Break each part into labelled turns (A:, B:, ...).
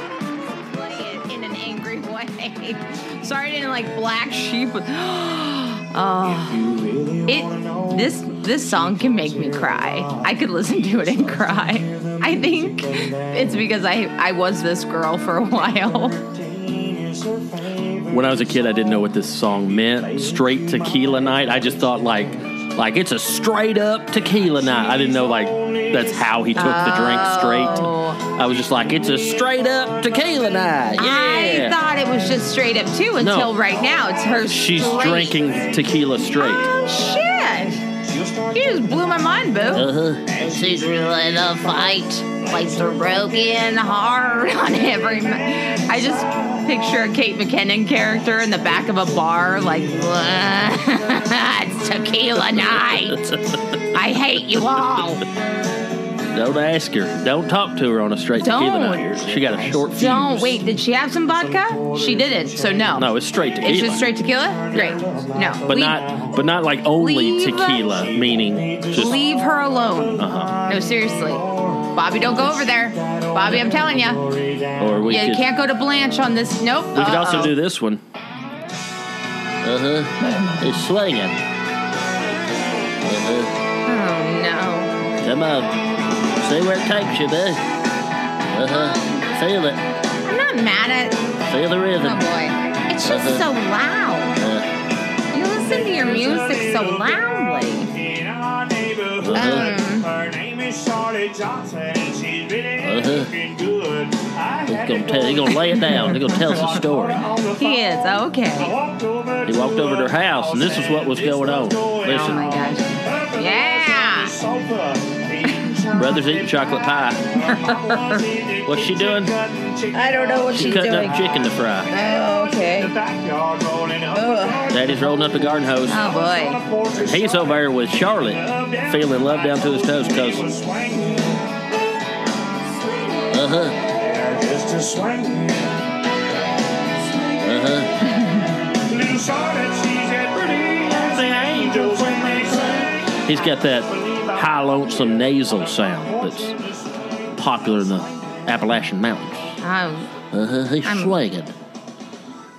A: it in an angry way. Sorry, I didn't like black sheep. With oh, it this this song can make me cry. I could listen to it and cry. I think it's because I I was this girl for a while.
B: When I was a kid, I didn't know what this song meant. Straight tequila night. I just thought like, like it's a straight up tequila night. I didn't know like that's how he took the drink straight.
A: Oh,
B: I was just like, it's a straight up tequila night.
A: I
B: Yeah.
A: thought it was just straight up too until right now. It's her.
B: She's
A: straight-
B: drinking tequila straight.
A: Oh shit! You just blew my mind, boo. Uh-huh. She's really the fight. Place a broken heart on every. ma- I just picture a Kate McKinnon character in the back of a bar, like, it's tequila night. I hate you all.
B: Don't ask her. Don't talk to her on a straight tequila night.
A: Don't.
B: She got a short fuse.
A: Don't wait. Did she have some vodka? She didn't. So no.
B: No, it's straight tequila.
A: It's just straight tequila. Great. No.
B: but not, but not like only
A: Leave-
B: tequila. Meaning just uh-huh.
A: Leave her alone. No, seriously. Bobby, don't go over there. Bobby, I'm telling you.
B: or we
A: Yeah, you
B: could,
A: can't go to Blanche on this. Nope.
B: We could also
A: Uh-oh.
B: do this one. Uh huh. It's swinging. Uh huh.
A: Oh no.
B: Come on. See where it takes you, bud. Uh huh. Feel it.
A: I'm not mad at.
B: Feel the
A: Oh
B: rhythm.
A: boy. It's just so loud.
B: Uh
A: You listen to your music so loudly.
C: In our neighborhood,
A: Um.
C: her name is Charlotte Johnson, and she's really
B: Uh-huh.
C: looking good. I
B: He's
C: had
B: gonna
C: to
B: tell.
C: go
B: He's gonna lay it down. He's gonna tell us a story.
C: on the
A: He is
C: phone.
A: okay.
C: Walked over
B: He walked over to her house, and this is what was going on.
A: Oh
B: Listen,
A: my gosh.
C: the
A: Yeah.
C: sofa.
B: brothers eating chocolate pie. What's she doing?
C: I
A: what
B: She's cutting up chicken to fry.
A: Oh
C: The
A: okay.
C: backyard rolling up.
A: Ugh.
B: Daddy's rolling up the garden hose.
A: Oh boy.
B: He's over there with Charlotte, feeling love down to his toes because
C: because.
B: uh huh,
C: They're just a swing.
B: uh huh.
C: Little Charlotte, she's as pretty as the angels when they sing.
B: He's got that high lonesome nasal sound that's popular in the Appalachian Mountains.
A: Oh,
B: Uh huh. He's
A: I'm-
B: swinging.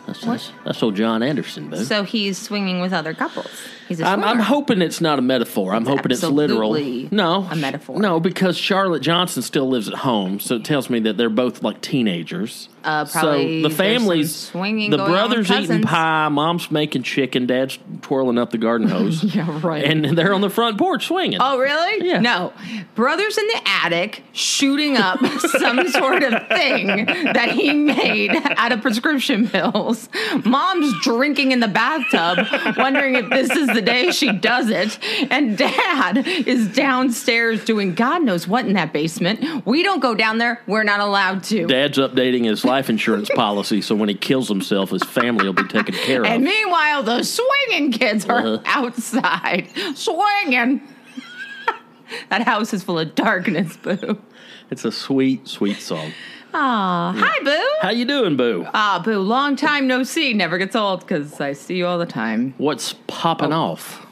B: That's, that's, that's old John Anderson, boo.
A: so he's swinging with other couples. He's a
B: I'm, I'm
A: swimmer.
B: hoping it's not a metaphor. I'm hoping it's
A: absolutely
B: literal. No,
A: a metaphor.
B: No, because Charlotte Johnson still lives at home, so it tells me that they're both like teenagers.
A: Uh, probably
B: so the
A: there's
B: families,
A: some swinging
B: the
A: going on with
B: brothers eating
A: cousins.
B: pie, mom's making chicken, dad's twirling up the garden hose.
A: Yeah, right.
B: And they're on the front porch swinging.
A: Oh, really?
B: Yeah.
A: No. Brothers in the attic shooting up some sort of thing that he made out of prescription pills. Mom's drinking in the bathtub, wondering if this is the day she does it. And dad is downstairs doing God knows what in that basement. We don't go down there. We're not allowed to.
B: Dad's updating his life insurance policy, so when he kills himself, his family will be taken care of.
A: And meanwhile, the swinging kids are
B: Uh-huh.
A: outside swinging. that house is full of darkness, boo.
B: it's a sweet, sweet song.
A: Aw, hi, boo.
B: How you doing, Boo?
A: Ah, boo. Long time no see. Never gets old because I see you all the time.
B: What's popping off?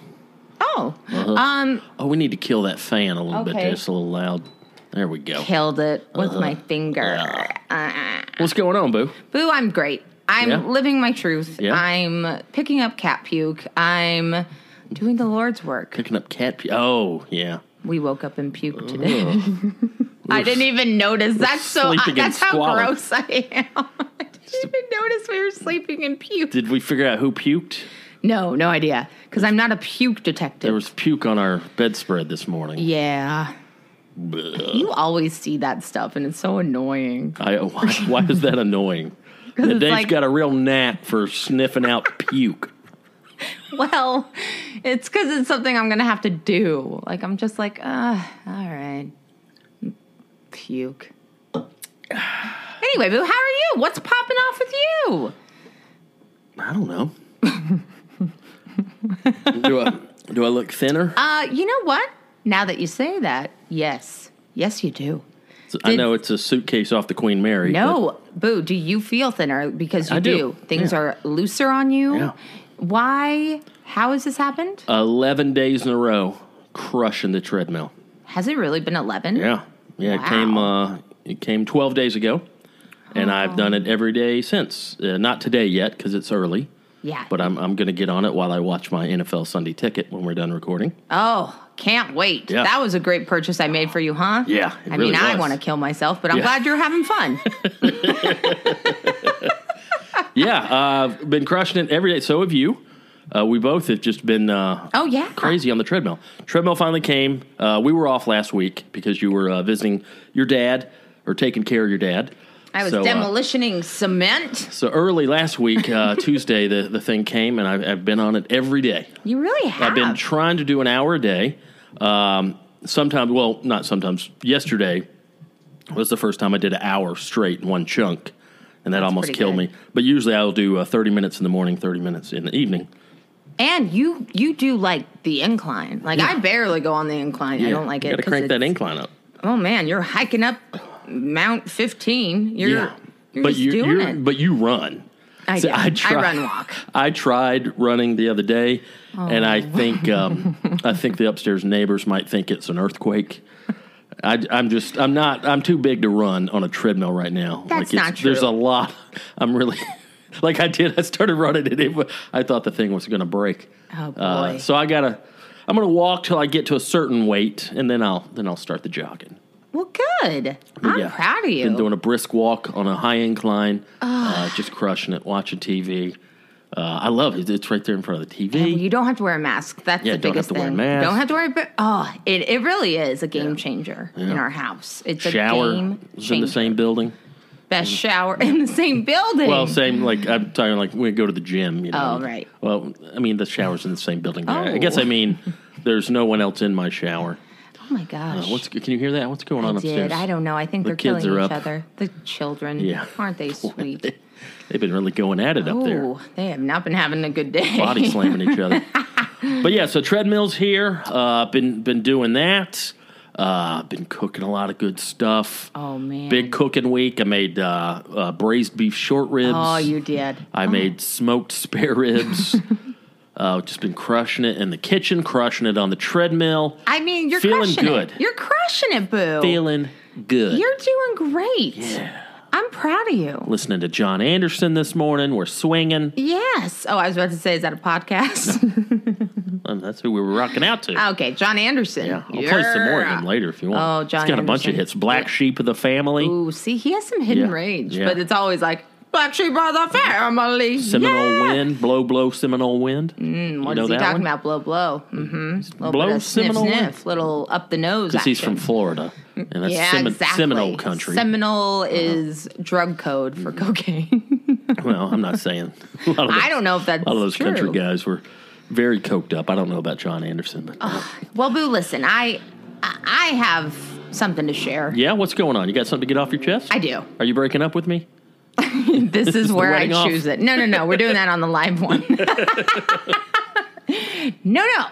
A: Oh, um,
B: Oh, we need to kill that fan a little bit.
A: Okay.
B: there. It's a little loud. There we go.
A: killed it with my
B: Uh,
A: finger.
B: What's going on, Boo?
A: Boo, I'm great. I'm
B: Yeah.
A: living my truth.
B: Yeah.
A: I'm picking up cat puke. I'm doing the Lord's work.
B: Picking up cat pee. Oh, yeah.
A: We woke up and puked today. I didn't e- even notice. That's so. I,
B: Oh, sleeping and
A: that's how
B: squalling.
A: gross I am. I didn't even notice we were sleeping and puke.
B: Did we figure out who puked?
A: No, no idea. Because I'm not a puke detective.
B: There was puke on our bedspread this morning.
A: Yeah. You always see that stuff, and it's so annoying.
B: I, why, why is that annoying? Dave's
A: it's like-
B: got a real knack for sniffing out puke.
A: well, it's because it's something I'm going to have to do. Like, I'm just like, uh, all right. Puke. Anyway, Boo, how are you? What's popping off with you?
B: I don't know. do I do I look thinner?
A: Uh, you know what? Now that you say that, yes. Yes, you do.
B: I
A: did-
B: know it's a suitcase off the Queen Mary. but-
A: No, Boo, do you feel thinner? Because you
B: I do.
A: do. Things
B: Yeah.
A: are looser on you.
B: Yeah. Uh,
A: Why? How has this happened?
B: 11 days in a row crushing the treadmill.
A: Has it really been 11?
B: Yeah. Yeah, it came uh it came 12 days ago and I've done it every day since. Uh, not today yet cuz it's early,
A: Yeah.
B: but I'm I'm going to get on it while I watch my NFL Sunday ticket when we're done recording.
A: oh, can't wait.
B: Yeah.
A: That was a great purchase I made for you, huh?
B: Yeah, it
A: I
B: really
A: mean, I
B: was.
A: want to kill myself, but I'm
B: Yeah.
A: glad you're having fun.
B: yeah, uh, I've been crushing it every day so have you. Uh, we both have just been uh,
A: Oh, yeah.
B: crazy on the treadmill. Treadmill finally came. Uh, we were off last week because you were uh, visiting your dad or taking care of your dad.
A: I was
B: So, uh,
A: demolitioning cement.
B: So early last week, uh, Tuesday, the, the thing came, and I've, I've been on it every day.
A: You really have.
B: I've been trying to do an hour a day. Um, sometimes, well, not sometimes. Yesterday was the first time I did an hour straight in one chunk, and that almost
A: pretty
B: killed
A: good.
B: me. But usually I'll do uh, 30 minutes in the morning, 30 minutes in the evening.
A: and you you do like the incline. Like I barely go on the incline. I don't like
B: you
A: it.
B: Got to
A: 'cause
B: crank that
A: it's-
B: incline up.
A: Oh man, you're hiking up Mount 15. You're you're
B: but
A: just
B: you
A: doing
B: you're-
A: it.
B: but you run.
A: I
B: See,
A: do.
B: I,
A: I
B: try-
A: run walk. Oh.
B: I tried running the other day, and I think um, I think the upstairs neighbors might think it's an earthquake. I, am just I'm not I'm too big to run on a treadmill right now.
A: That's
B: it's-
A: not true.
B: There's a lot. I'm really like I did. I started running it. it wa- I thought the thing was going to break. Uh,
A: Oh, boy.
B: so I gotta. I'm gonna walk till I get to a certain weight, and then I'll then I'll start the jogging.
A: well, good.
B: But
A: I'm
B: yeah,
A: proud of you.
B: Been doing a brisk walk on a high incline, uh, just crushing it, watching TV. Uh, I love it. It's right there in front of the TV.
A: you don't have to wear a mask. That's
B: Yeah,
A: the
B: don't have
A: biggest
B: to wear a
A: thing.
B: mask.
A: Don't have to wear. a ba- Oh, it it really is a game changer in our house. It's a
B: Shower
A: game
B: was in
A: changer.
B: the same building.
A: Best shower in the same building.
B: Well, same like I'm talking like we go to the gym. You know.
A: Oh, right.
B: Well, I mean the showers in the same building. I- I
A: Oh.
B: guess I mean there's no one else in my shower.
A: oh my gosh.
B: Uh, what's can you hear that? What's going
A: I
B: on
A: did.
B: upstairs?
A: I don't know. I think
B: The
A: they're
B: kids
A: killing
B: are
A: each
B: up.
A: other. The children.
B: Yeah.
A: Aren't they sweet?
B: They've been really going at it up there.
A: oh, they have not been having a good day.
B: body slamming each other. But yeah, so treadmills here. Uh, been been doing that. Uh, been cooking a lot of good stuff.
A: Oh, man.
B: Big cooking week. I made uh, uh, braised beef short ribs.
A: Oh, you did.
B: I made smoked spare ribs. uh, just been crushing it in the kitchen, crushing it on the treadmill.
A: I mean, you're
B: Feeling
A: crushing
B: good.
A: it. You're crushing it, boo.
B: feeling good.
A: You're doing great. I'm proud of you.
B: Listening to John Anderson this morning. We're swinging.
A: Yes. Oh, I was about to say, is that a podcast?
B: Um, That's who we were rocking out to.
A: okay, John Anderson.
B: yeah, I'll play some more of him later if you want.
A: Oh, John
B: He's got a bunch of
A: Anderson.
B: hits. Black Sheep of the Family.
A: Ooh, see, he has some hidden
B: Yeah.
A: range,
B: Yeah.
A: but it's always like Black Sheep of the Family.
B: Seminole
A: yeah.
B: Wind, Blow Blow Seminole Wind. Mm,
A: What is he talking about? Blow, blow. Mm-hmm. Little
B: Blow,
A: bit of sniff,
B: Seminole
A: sniff. Little up the nose.
B: Because he's from
A: action.
B: Florida, and that's
A: yeah,
B: Semin-
A: exactly.
B: Seminole country. Uh-huh. Mm-hmm.
A: Seminole is drug code for cocaine.
B: well, I'm not saying. A lot of
A: I
B: those-
A: don't know if that's
B: A lot of those
A: true.
B: country guys were very coked up. I don't know about John Anderson, but
A: Uh-huh. Well, Boo, listen, I I I have something to share.
B: yeah, what's going on? You got something to get off your chest?
A: I do.
B: Are you breaking up with me?
A: This is where I
B: wedding off.
A: choose it. No, no, no. We're doing that on the live one. no, no.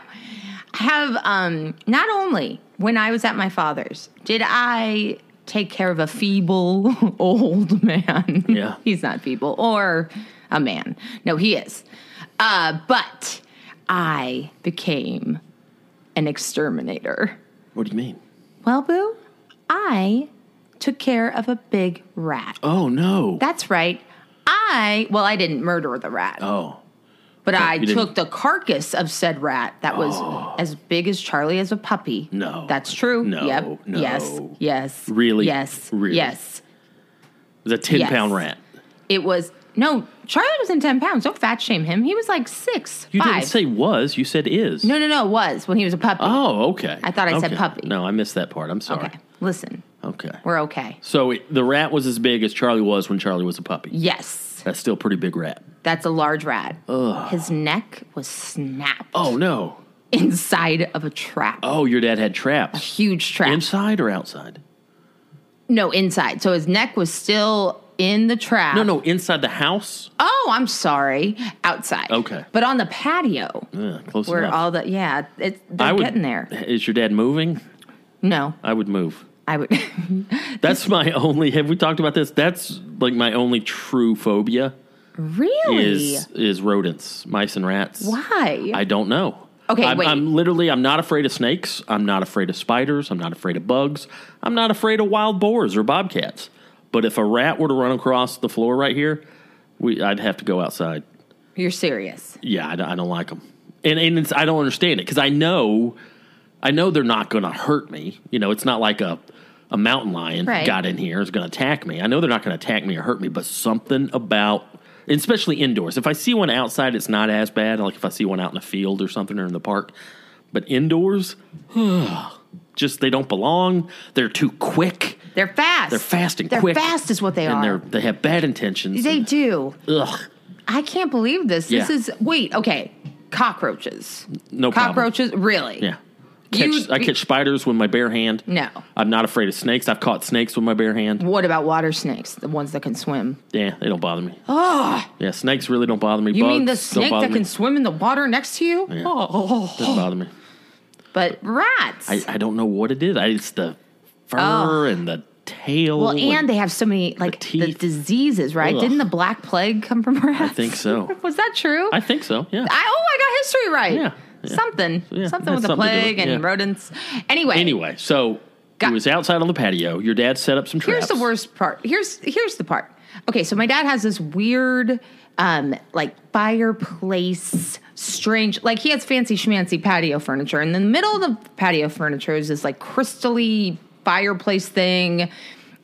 A: I have um not only when I was at my father's did I take care of a feeble old man.
B: Yeah.
A: He's not feeble or a man. No, he is. Uh but I became an exterminator.
B: What do you mean?
A: Well, Boo, I took care of a big rat.
B: Oh no!
A: That's right. I, well, I didn't murder the rat,
B: oh,
A: but I
B: you didn't- Oh.
A: took the carcass of said rat that was as big as Charlie as a puppy.
B: No.
A: That's true.
B: No,
A: Yep.
B: no.
A: Yes. Yes.
B: Really?
A: Yes.
B: Really?
A: Yes.
B: it was a ten
A: Yes.
B: pound rat.
A: It was, no, Charlie was in 10 pounds. Don't fat shame him. He was like six,
B: You
A: five.
B: didn't say was. You said is.
A: no, no, no, was when he was a puppy.
B: Oh, okay.
A: I thought I said
B: Okay.
A: puppy.
B: No, I missed that part. I'm sorry.
A: okay. Listen,
B: Okay.
A: we're okay.
B: So it, the rat was as big as Charlie was when Charlie was a puppy.
A: Yes.
B: That's still a pretty big rat.
A: That's a large rat. His neck was snapped
B: Oh no!
A: inside of a trap.
B: Oh, your dad had traps
A: Huge trap.
B: inside or outside?
A: no, inside. So his neck was still in the trap.
B: No, no, inside the house.
A: Oh, I'm sorry. Outside.
B: Okay.
A: But on the patio
B: Yeah, close
A: where
B: enough.
A: all the yeah, it's they're
B: I would,
A: getting there.
B: Is your dad moving?
A: No,
B: I would move.
A: I would
B: That's my only. Have we talked about this? That's like my only true phobia
A: really
B: is is rodents, mice and rats.
A: why?
B: I don't know.
A: Okay,
B: I'm,
A: wait.
B: I'm literally. I'm not afraid of snakes. I'm not afraid of spiders. I'm not afraid of bugs. I'm not afraid of wild boars or bobcats. But if a rat were to run across the floor right here, we I'd have to go outside.
A: You're serious.
B: Yeah, I don't, I don't like them, and and it's, I don't understand it because I know, I know they're not going to hurt me. You know, it's not like a a mountain lion
A: Right.
B: got in here is going to attack me. I know they're not going to attack me or hurt me, but something about, and especially indoors. If I see one outside, it's not as bad. Like if I see one out in a field or something or in the park, but indoors, just they don't belong. They're too quick.
A: They're fast.
B: They're fast and
A: they're
B: quick.
A: fast is what they
B: and
A: are.
B: they're they have bad intentions.
A: They do.
B: Ugh,
A: I can't believe this. This
B: Yeah.
A: is wait, okay. Cockroaches.
B: no problem.
A: Cockroaches, really?
B: Yeah. Catch,
A: You-
B: I catch spiders with my bare hand.
A: No.
B: I'm not afraid of snakes. I've caught snakes with my bare hand.
A: What about water snakes? The ones that can swim.
B: Yeah, they don't bother me. Oh. Yeah, snakes really don't bother me.
A: Ah! You
B: Bugs
A: mean the
B: don't
A: snake
B: bother
A: that can
B: me.
A: swim in the water next to you?
B: Yeah.
A: Oh,
B: Doesn't bother me.
A: but rats.
B: I, I don't know what it is. I, it's the fur
A: Oh.
B: and the tail.
A: well, and they have so many like the,
B: teeth.
A: diseases, right?
B: Ugh.
A: Didn't the black plague come from rats?
B: I think so.
A: Was that true?
B: I think so. Yeah.
A: I- oh, I got history right.
B: Yeah, yeah.
A: Something,
B: Yeah,
A: something
B: had
A: with the
B: something to do with-
A: plague and
B: yeah.
A: rodents. Anyway,
B: anyway, so
A: Got-
B: it was outside on the patio. Your dad set up some traps.
A: here's the worst part. Here's here's the part. Okay, so my dad has this weird, um, like fireplace, strange. Like he has fancy schmancy patio furniture, and in the middle of the patio furniture is this like crystally fireplace thing,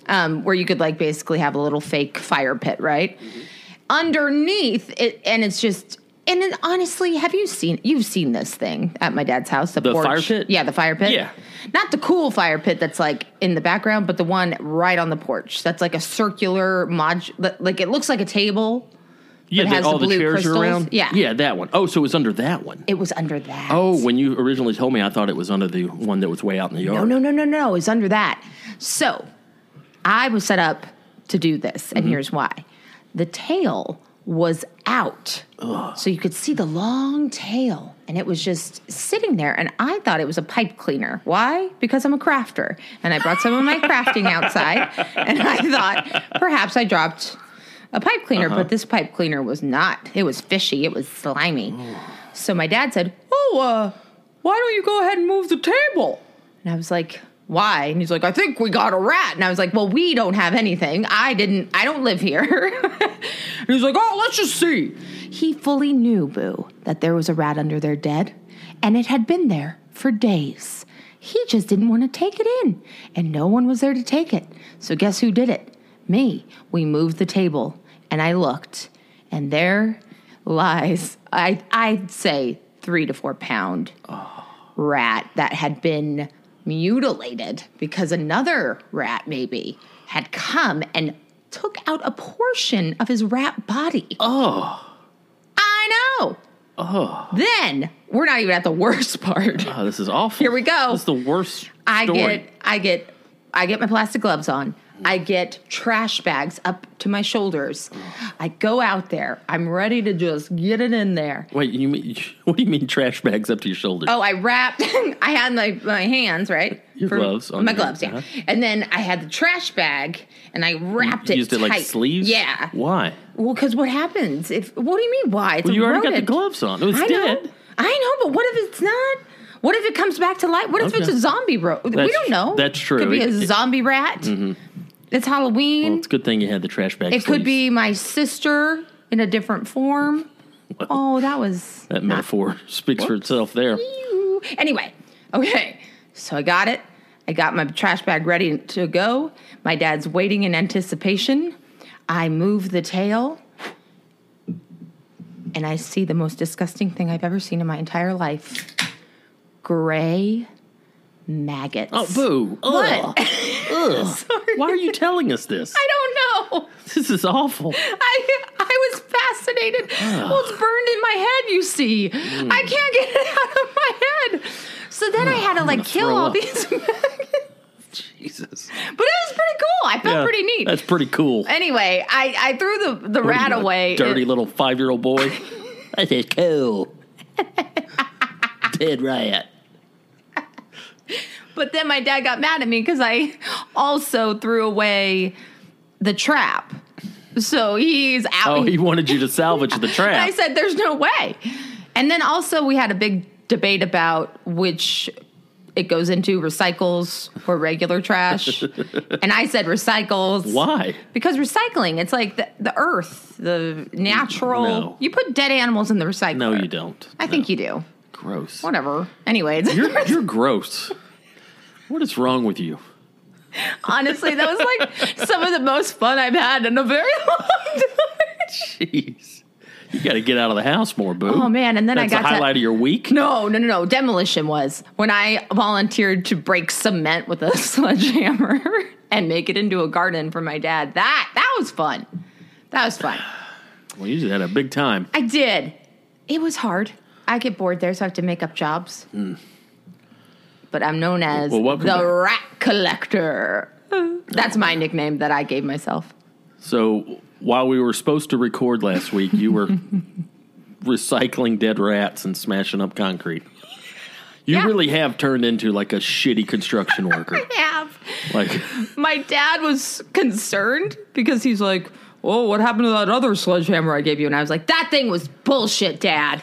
A: um, where you could like basically have a little fake fire pit, right?
B: Mm-hmm.
A: Underneath it, and it's just. And then, honestly, have you seen you've seen this thing at my dad's house?
B: The
A: porch.
B: fire pit?
A: yeah, the fire pit.
B: Yeah.
A: Not the cool fire pit that's like in the background, but the one right on the porch. That's like a circular mod that- like it looks like a table.
B: Yeah,
A: that
B: the-
A: has the
B: all the,
A: blue
B: chairs
A: crystals.
B: are around.
A: Yeah.
B: Yeah, that one. Oh, so it was under that one.
A: It was under that.
B: Oh, when you originally told me, I thought it was under the one that was way out in the yard.
A: No, no, no, no, no. It's under that. So I was set up to do this, and here's why. The tail was out. So you could see the long tail, and it was just sitting there. And I thought it was a pipe cleaner. Why? Because I'm a crafter, and I brought some of my crafting outside, and I thought perhaps I dropped a pipe cleaner, but this pipe cleaner was not. It was fishy, it was slimy. So my dad said, Oh, uh, why don't you go ahead and move the table? And I was like, why? And he's like, I think we got a rat. And I was like, well, we don't have anything. I didn't, I don't live here. and he's like, oh, let's just see. He fully knew, Boo, that there was a rat under their dead, and it had been there for days. He just didn't want to take it in, and no one was there to take it. So guess who did it? Me. We moved the table, and I looked, and there lies, I, I'd say, three to four pound rat that had been mutilated because another rat maybe had come and took out a portion of his rat body. Oh. I know. Oh. Then we're not even at the worst part.
B: Oh, this is awful.
A: Here we go.
B: This is the worst.
A: I
B: story. Mm.
A: get I get I get my plastic gloves on. I get trash bags up to my shoulders.
B: Mm.
A: I go out there. I'm ready to just get it in there.
B: Wait, you mean what do you mean trash bags up to your shoulders?
A: Oh, I wrapped. I had my my hands right.
B: Your gloves on
A: my
B: your
A: gloves, yeah.
B: hands,
A: And then I had the trash bag, and I wrapped
B: you
A: it.
B: used it like
A: tight.
B: sleeves.
A: Yeah.
B: Why?
A: Well, because what happens if? What do you mean? Why? It's
B: Well,
A: a
B: you already got the
A: rodent.
B: gloves on. It was
A: I
B: dead.
A: know. I know, but what if it's not? What if it comes back to life? What if it's
B: Okay.
A: a zombie bro? we
B: That's-
A: don't know.
B: that's true.
A: Could be
B: It-
A: a
B: it- Mm-hmm.
A: zombie rat. It's Halloween.
B: Well, it's a good thing you had the trash bag.
A: it could
B: sleeves.
A: be my sister in a different form. Oh, that was
B: that metaphor speaks for itself. There,
A: Ew. Anyway, okay. So I got it. I got my trash bag ready to go. My dad's waiting in anticipation. I move the tail and I see the most disgusting thing I've ever seen in my entire life gray maggots.
B: Oh, boo! Ugh.
A: What?
B: Ugh.
A: Sorry.
B: Why are you telling us this?
A: I don't know.
B: This is awful.
A: I I was vaccinated. Well, it's burned in my head, you see.
B: Hmm.
A: I can't get it out of my head. So then I had to like kill
B: throw
A: all
B: up.
A: these. but it
B: Jesus.
A: was pretty cool. I felt
B: Yeah,
A: pretty neat.
B: That's pretty cool.
A: Anyway, I, I threw the, the
B: What are
A: rat
B: you, a
A: away.
B: Dirty
A: It-
B: little five year old boy. That is cool. Dead rat.
A: But then my dad got mad at me because I also threw away the trap. So he's out.
B: Oh, he wanted you to salvage the
A: And
B: trap.
A: I said, "There's no way." And then also we had a big debate about which it goes into recycles or regular trash. and I said recycles.
B: Why?
A: Because recycling, it's like the, the earth, the natural.
B: No.
A: You put dead animals in the recycler.
B: No, you don't.
A: I think you do.
B: Gross.
A: Whatever. Anyway, it's
B: You're, you're gross. What is wrong with you?
A: honestly that was like some of the most fun I've had in a very long time.
B: Jeez. You got to get out of the house more, boo.
A: Oh, man, and then I
B: That's
A: got
B: the
A: to-
B: highlight of your week.
A: No, no, no, no. Demolition was when I volunteered to break cement with a sledgehammer and make it into a garden for my dad. That that was fun. That was fun.
B: Well, you just had a big time.
A: I did. It was hard. I get bored there, so I have to make up jobs. But I'm known as
B: Well,
A: the
B: welcome back.
A: rat collector. That's my nickname that I gave myself.
B: So while we were supposed to record last week, you were recycling dead rats and smashing up concrete. You
A: Yeah.
B: really have turned into like a shitty construction worker.
A: Yeah.
B: like,
A: my dad was concerned because he's like, "Oh, what happened to that other sledgehammer I gave you?" And I was like, "That thing was bullshit, Dad.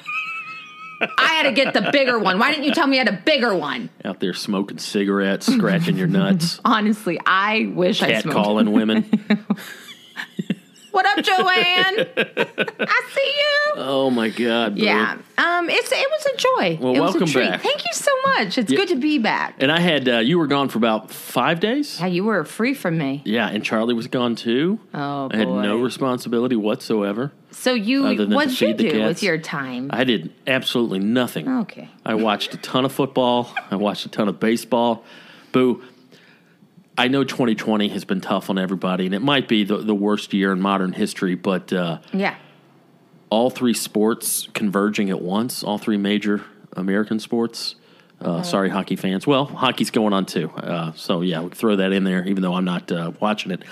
A: I had to get the bigger one. Why didn't you tell me I had a bigger one?"
B: out there smoking cigarettes, scratching your nuts,
A: Honestly, I wish I
B: cat
A: smoked.
B: calling women.
A: What up, Joanne? I see you.
B: Oh my god! boo.
A: Yeah, um, it's it was a joy.
B: Well,
A: it
B: welcome
A: was a treat.
B: back.
A: Thank you so much. It's
B: Yeah.
A: good to be back.
B: And I had uh, you were gone for about five days.
A: Yeah, you were free from me.
B: Yeah, and Charlie was gone too.
A: Oh,
B: I had
A: boy.
B: no responsibility whatsoever.
A: So you,
B: Other than to
A: what did you
B: feed the
A: do
B: cats.
A: with your time?
B: I did absolutely nothing.
A: Okay.
B: I watched a ton of football. I watched a ton of baseball. Boo. I know 2020 has been tough on everybody, and it might be the, the worst year in modern history, but uh,
A: yeah,
B: all three sports converging at once, all three major American sports. Uh, Sorry, hockey fans. Well, hockey's going on too. Uh, so, yeah, we throw that in there, even though I'm not uh, watching it.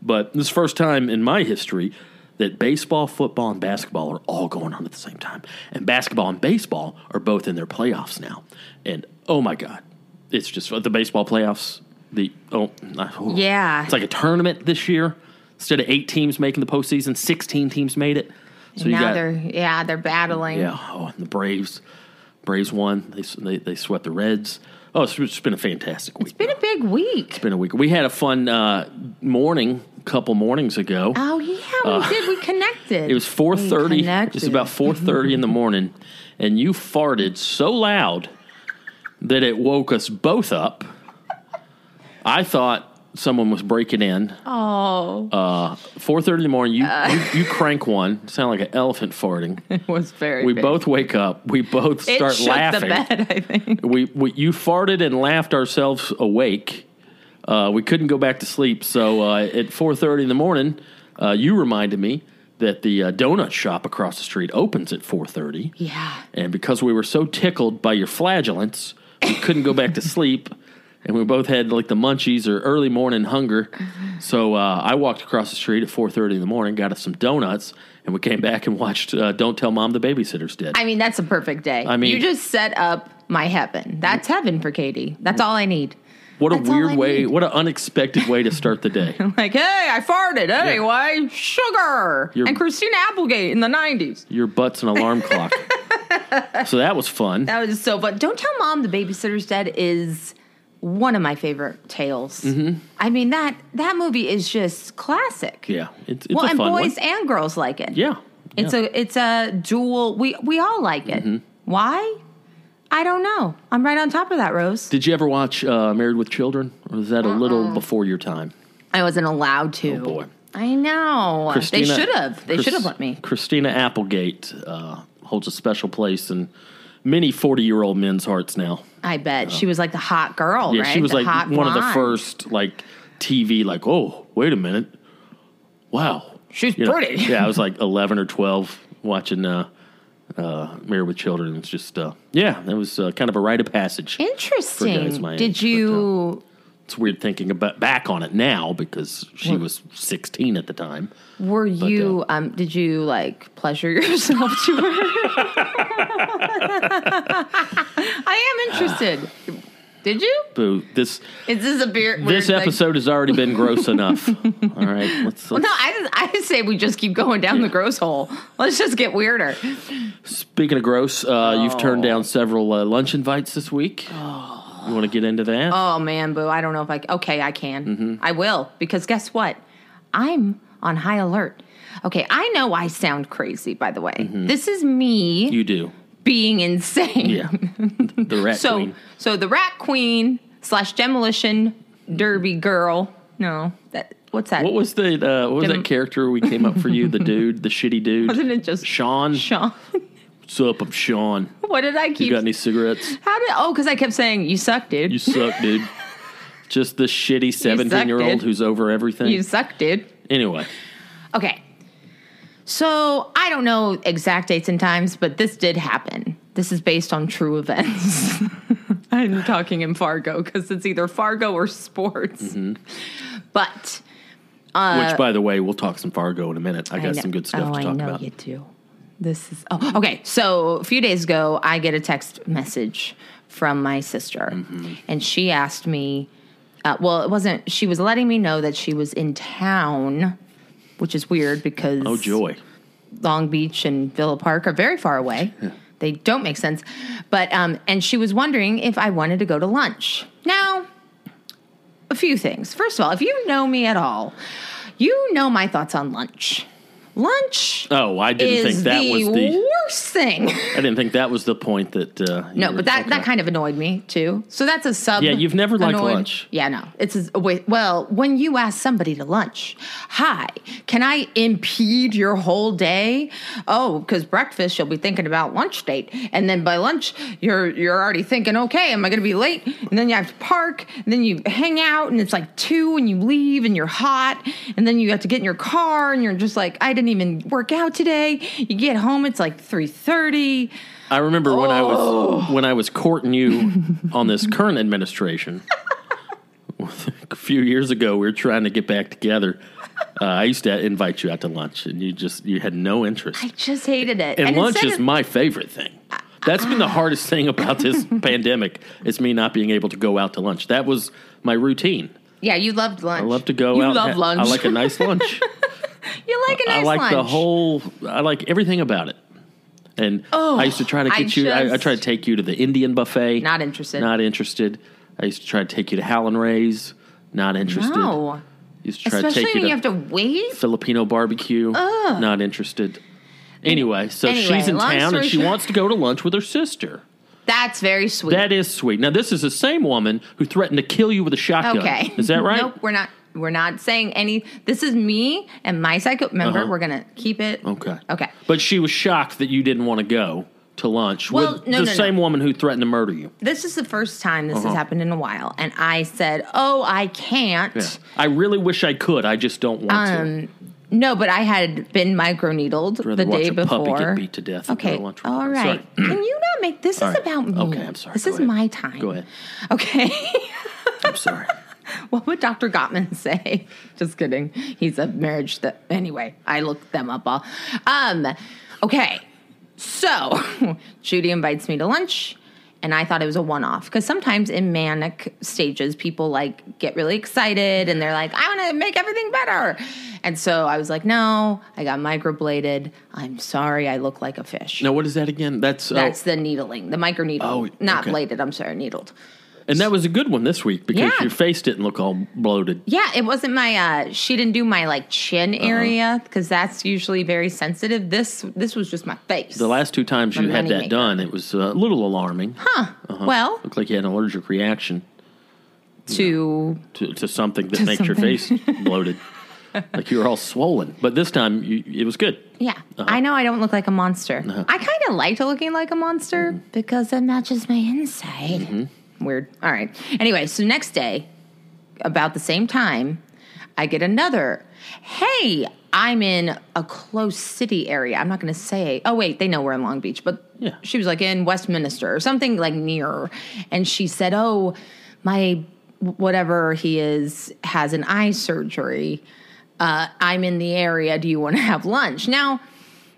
B: But this is the first time in my history that baseball, football, and basketball are all going on at the same time. And basketball and baseball are both in their playoffs now. And oh my God, it's just the baseball playoffs. The oh, oh.
A: Yeah.
B: it's like a tournament this year. Instead of eight teams making the postseason, sixteen teams made it. So you
A: now
B: got,
A: they're yeah they're battling.
B: yeah, oh, and the Braves, Braves won. They they, they swept the Reds. Oh, it's, it's been a fantastic week. It's
A: Been a big week.
B: been a week. We had a fun uh, morning, couple mornings ago.
A: Oh yeah, we did. We connected.
B: Uh, It was four
A: We
B: thirty.
A: connected.
B: It's about four thirty in the morning, and you farted so loud that it woke us both up. I thought someone was breaking in.
A: Oh,
B: uh,
A: Uh.
B: Four thirty in the morning, you, you you crank one. Sound like an elephant farting.
A: it was very.
B: We
A: big.
B: both wake up. We both
A: it
B: start
A: shook
B: laughing.
A: The bed, I think.
B: we, we you farted and laughed ourselves awake. Uh, we couldn't go back to sleep, so uh, at four thirty in the morning, uh, you reminded me that the uh, donut shop across the street opens at four thirty.
A: Yeah.
B: And because we were so tickled by your flagellants, we couldn't go back to sleep. And we both had like the munchies or early morning hunger, so uh, I walked across the street at four thirty in the morning, got us some donuts, and we came back and watched uh, "Don't Tell Mom the Babysitters Did."
A: I mean, that's a perfect day. I
B: mean-
A: you just set up my heaven. That's heaven for Katie. That's all I need.
B: What a
A: That's all I
B: weird way,
A: need.
B: what an unexpected way to start the day.
A: Like, hey, I farted. Anyway, sugar
B: You're-
A: and Christina Applegate in the nineties.
B: Your butt's an alarm clock. so that was fun.
A: That was so fun. Don't tell mom the babysitter's dead is one of my favorite tales. I mean that that movie is just classic.
B: Mm-hmm. yeah, it's, it's
A: well,
B: a
A: and
B: fun
A: boys
B: one.
A: and girls like it.
B: Yeah.
A: It's
B: yeah. Mm-hmm.
A: a it's a dual. We we all like it. Why? I don't know. I'm right on top of that, Rose.
B: Did you ever watch uh, Married with Children? Or was that a little before your time?
A: I wasn't allowed to.
B: Oh, boy.
A: I know. Uh, they should have. They
B: Chris-
A: should have let me.
B: Christina Applegate uh, holds a special place in many 40 year old men's hearts now.
A: I bet she was like the hot girl.
B: Oh. Yeah,
A: right?
B: she was
A: The
B: like
A: hot
B: one of the
A: blonde.
B: first like TV. Like, oh, wait a minute, wow,
A: She's
B: you know,
A: pretty.
B: yeah, I was like eleven or twelve watching uh, uh, Married with Children. It's just uh, yeah, it was uh, kind of a rite of passage.
A: Interesting.
B: my age,
A: Did
B: but,
A: you?
B: It's weird thinking about back on it now because she was sixteen at the time.
A: Were you? um, did you like pleasure yourself to her? I am interested. Did you?
B: Boo! This
A: Is this a beer?
B: this
A: weird, like-
B: episode has already been gross enough. All right, let's,
A: Well,
B: let's-
A: no, I I say we just keep going down the gross hole. Let's just get weirder.
B: Speaking of gross, uh, you've
A: Oh.
B: turned down several uh, lunch invites this week. You want to get into that?
A: Oh man, boo! I don't know if I. Okay, I can.
B: Mm-hmm.
A: I will because guess what? I'm on high alert. Okay, I know I sound crazy. By the way, this is me
B: Mm-hmm. You do.
A: being insane.
B: Yeah. the rat
A: So,
B: queen.
A: so the Rat Queen slash Demolition Derby Girl. No, that what's that?
B: What was the uh, what was
A: Dem-
B: that character we came up for you? The dude, the shitty dude.
A: Wasn't it just-
B: Sean?
A: Sean?
B: Sup, I'm Sean.
A: what did I
B: You
A: keep?
B: got any cigarettes?
A: How did? Oh, because I kept saying you suck, dude.
B: You suck, dude. Just the shitty seventeen year
A: dude.
B: old who's over everything.
A: you suck, dude.
B: anyway,
A: Okay. So I don't know exact dates and times, but this did happen. This is based on true events. I'm talking in Fargo because it's either Fargo or sports.
B: Mm-hmm.
A: But
B: which by the way, we'll talk some Fargo in a minute. I got some good stuff
A: oh,
B: to talk
A: I Uh, know
B: about.
A: you do. This is oh okay. So a few days ago, I get a text message from my sister,
B: Mm-hmm.
A: and she asked me. Uh, well, it wasn't. She was letting me know that she was in town, which is weird because
B: Oh joy.
A: Long Beach and Villa Park are very far away. They don't make sense. But um, and she was wondering if I wanted to go to lunch. Now, a few things. First of all, if you know me at all, you know my thoughts on lunch. Lunch
B: Oh, I didn't think
A: is
B: that
A: the,
B: was the
A: worst thing.
B: I didn't think that was the point that uh, you
A: no,
B: were-
A: but that, that
B: okay.
A: kind of annoyed me too. So that's a sub.
B: Yeah, you've never liked
A: annoyed-
B: lunch.
A: Yeah, no, it's a wait. Well, when you ask somebody to lunch, hi, can I impede your whole day? Oh, because breakfast you'll be thinking about lunch date, and then by lunch you're you're already thinking, okay, am I going to be late? And then you have to park, and then you hang out, and it's like two, and you leave, and you're hot, and then you have to get in your car, and you're just like, I didn't even work out today. You get home, it's like three thirty.
B: I remember when I
A: Oh.
B: was when I was courting you on this current administration. A few years ago, we were trying to get back together. Uh, I used to invite you out to lunch, and you just you had no interest.
A: I just hated it.
B: and lunch
A: instead
B: is
A: of- Ah.
B: my favorite thing. That's been the hardest thing about this pandemic is me not being able to go out to lunch. That was my routine.
A: Yeah, you loved lunch.
B: I love to go
A: you
B: out. and
A: love
B: ha-
A: lunch.
B: I like a nice lunch.
A: you like a nice
B: I like
A: lunch.
B: the whole. I like everything about it. And
A: Oh,
B: I used to try to get
A: I
B: you. I, I
A: just-
B: tried to take you to the Indian buffet.
A: Not interested.
B: Not interested. I used to try to take you to Howlin' Ray's. Not interested.
A: No.
B: Used to try
A: Especially
B: to take you
A: when
B: to,
A: you have to wait.
B: Filipino barbecue. Not interested. Anyway, so
A: Anyway,
B: she's in
A: long
B: town and
A: story
B: she
A: short-
B: wants to go to lunch with her sister.
A: That's very sweet.
B: That is sweet. Now this is the same woman who threatened to kill you with a shotgun.
A: okay.
B: Is that right?
A: Nope, we're not we're not saying any this is me and my psycho remember,
B: Uh-huh.
A: we're gonna keep it.
B: Okay.
A: Okay.
B: But she was shocked that you didn't want to go to lunch
A: Well,
B: with
A: no,
B: the
A: no, no.
B: same woman who threatened to murder you.
A: This is the first time this
B: Uh-huh.
A: has happened in a while. And I said, Oh, I can't.
B: Yeah. I really wish I could. I just don't want
A: Um,
B: to.
A: No, but I had been microneedled
B: Rather
A: the day
B: watch a
A: before.
B: puppy get beat to death than go to
A: Okay,
B: lunch with
A: all
B: them.
A: right. Can you not make this
B: All
A: is
B: right.
A: about me?
B: Okay, I'm sorry.
A: This
B: Go
A: is
B: ahead.
A: my time.
B: Go ahead.
A: Okay.
B: I'm sorry.
A: What would Dr. Gottman say? Just kidding. He's a marriage that anyway, I looked them up all. Um, okay. So Judy invites me to lunch. And I thought it was a one off because sometimes in manic stages, people like get really excited and they're like, I want to make everything better. And so I was like, no, I got microbladed. I'm sorry, I look like a fish.
B: now, what is that again? That's, uh,
A: That's the needling, the microneedle.
B: Oh,
A: Not
B: okay.
A: bladed, I'm sorry, needled.
B: and that was a good one this week because
A: Yeah.
B: your face didn't look all bloated.
A: Yeah, it wasn't my uh she didn't do my like chin area cuz that's usually very sensitive. This this was just my face.
B: The last two times you had that
A: moneymaker.
B: done, it was uh, a little alarming.
A: huh. Well,
B: Looked like you had an allergic reaction
A: to
B: to, to something that
A: To
B: makes your face
A: something.
B: bloated. like you were all swollen. But this time, you, it was good.
A: yeah. I know I don't look like a monster. I kind of liked looking like a monster because that matches my inside. Weird. All right. Anyway, so next day about the same time, I get another, "Hey, I'm in a close city area. I'm not going to say, oh, wait, they know we're in Long Beach, but
B: Yeah.
A: she was like in Westminster or something like near. And she said, oh, my whatever he is has an eye surgery. Uh, I'm in the area. Do you want to have lunch? Now,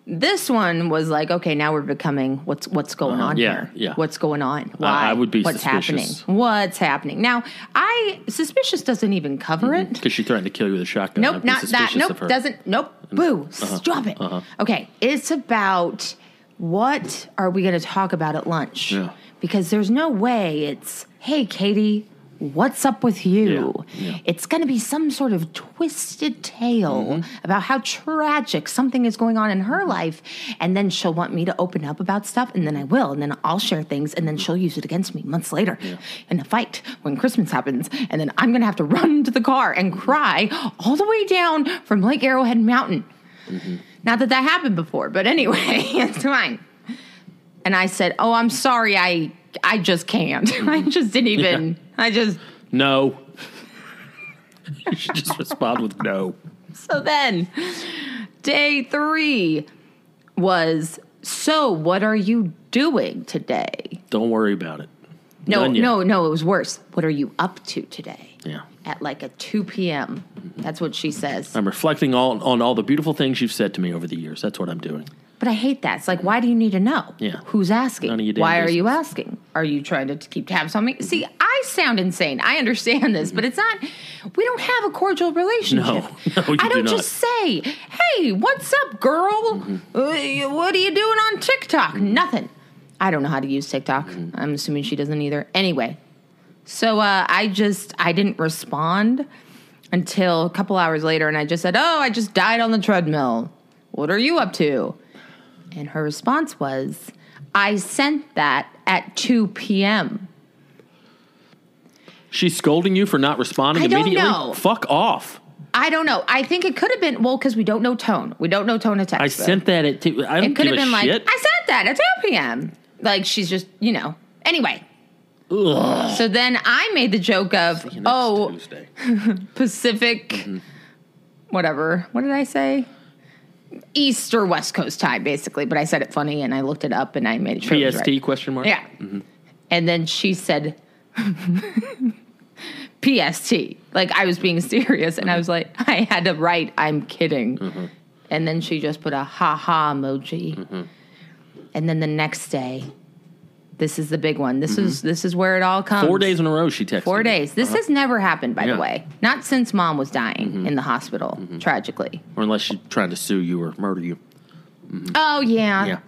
A: this one was like, okay, now we're becoming what's what's going on
B: Uh-huh. yeah,
A: here?
B: yeah.
A: What's going on? Why?
B: I- I would be
A: what's
B: suspicious.
A: happening? What's happening? Now, I suspicious doesn't even cover it.
B: Because she threatened to kill Mm-hmm. you with a shotgun. I'd
A: Nope,
B: be
A: not that.
B: suspicious of
A: Nope,
B: her. uh-huh,
A: doesn't. Nope, boo. Stop it. Okay, it's about what are we going to talk about at lunch?
B: Yeah.
A: Because there's no way it's, hey, Katie, what's up with you?
B: Yeah, yeah.
A: It's going to be some sort of twisted tale
B: Mm-hmm.
A: about how tragic something is going on in her life. And then she'll want me to open up about stuff, and then I will. And then I'll share things, and then she'll use it against me months later in a fight when Christmas happens. And then I'm going to have to run to the car and
B: Mm-hmm.
A: cry all the way down from Lake Arrowhead Mountain.
B: Mm-hmm.
A: Not that that happened before, but anyway, it's fine. And I said, "Oh, I'm sorry. I I just can't. I just didn't even. I just
B: No. you should just respond with no.
A: So then, day three was so what are you doing today?
B: Don't worry about it.
A: No,
B: None yet.
A: no, no, it was worse. What are you up to today?
B: Yeah.
A: At like a 2 p.m. That's what she says.
B: I'm reflecting all, on all the beautiful things you've said to me over the years. That's what I'm doing.
A: But I hate that. It's like, why do you need to know?
B: Yeah.
A: Who's asking?
B: None of your damn
A: why are you asking? Are you trying to t- keep tabs on me? See, I sound insane. I understand this, but it's not. We don't have a cordial relationship.
B: No, you
A: I
B: do
A: don't just say, "Hey, what's up, girl? Uh, what are you doing on TikTok?"
B: Mm-hmm.
A: Nothing. I don't know how to use TikTok. I'm assuming she doesn't either. Anyway, so uh, I just I didn't respond until a couple hours later, and I just said, "Oh, I just died on the treadmill. What are you up to?" And her response was, "I sent that at 2 p.m."
B: She's scolding you for not responding
A: I don't
B: immediately.
A: know.
B: Fuck off.
A: I don't know. I think it could have been well because we don't know tone. We don't know tone of text.
B: I sent that at two. I don't
A: It could have
B: give a
A: been like,
B: shit.
A: I sent that at 2 p.m. Like she's just, you know. Anyway. So then I made the joke of,
B: Next
A: oh,
B: Tuesday.
A: Pacific,
B: Mm-hmm.
A: whatever. What did I say? East or West Coast time, basically. But I said it funny and I looked it up and I made sure. it was
B: PST
A: right.
B: question mark.
A: Yeah. And then she said, PST. Like I was being serious and I was like, I had to write, I'm kidding. And then she just put a ha ha emoji. And then the next day, this is the big one. This is this is where it all comes.
B: Four days in a row she texted.
A: Um, Four
B: me.
A: days. This has never happened, by
B: Yeah. Mm-hmm.
A: the way. Not since mom was dying in the hospital, tragically.
B: Or unless she's trying to sue you or murder you.
A: Oh yeah.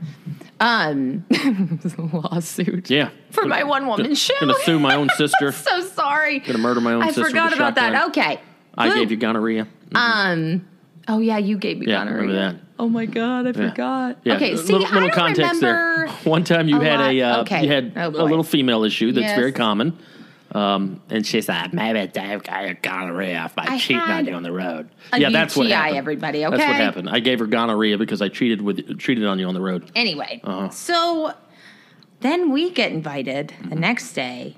B: Mm-hmm. Yeah.
A: Um lawsuit.
B: Yeah.
A: For my one woman show.
B: Gonna sue my own sister.
A: so sorry.
B: Gonna murder my own
A: I
B: sister with
A: forgot
B: a
A: about that.
B: shotgun.
A: Okay.
B: I
A: Good.
B: gave you gonorrhea.
A: Um. Oh yeah, you gave me
B: Yeah,
A: gonorrhea.
B: remember that.
A: Oh my god, I
B: Yeah.
A: forgot.
B: Yeah.
A: Okay.
B: a
A: See,
B: little,
A: I
B: little
A: don't
B: context
A: remember.
B: there. One time you
A: a
B: had a
A: lot.
B: uh,
A: Okay.
B: you had
A: Oh,
B: a
A: boy.
B: little female issue that's
A: Yes.
B: very common. Um, and she's like, maybe Dave got gonorrhea by
A: I
B: cheating on
A: had
B: you on the road.
A: a
B: Yeah, that's what
A: UTI,
B: happened.
A: everybody,
B: That's what
A: okay?
B: happened. I gave her gonorrhea because I cheated with cheated on you on the road.
A: Anyway,
B: Uh-huh.
A: so then we get invited the next day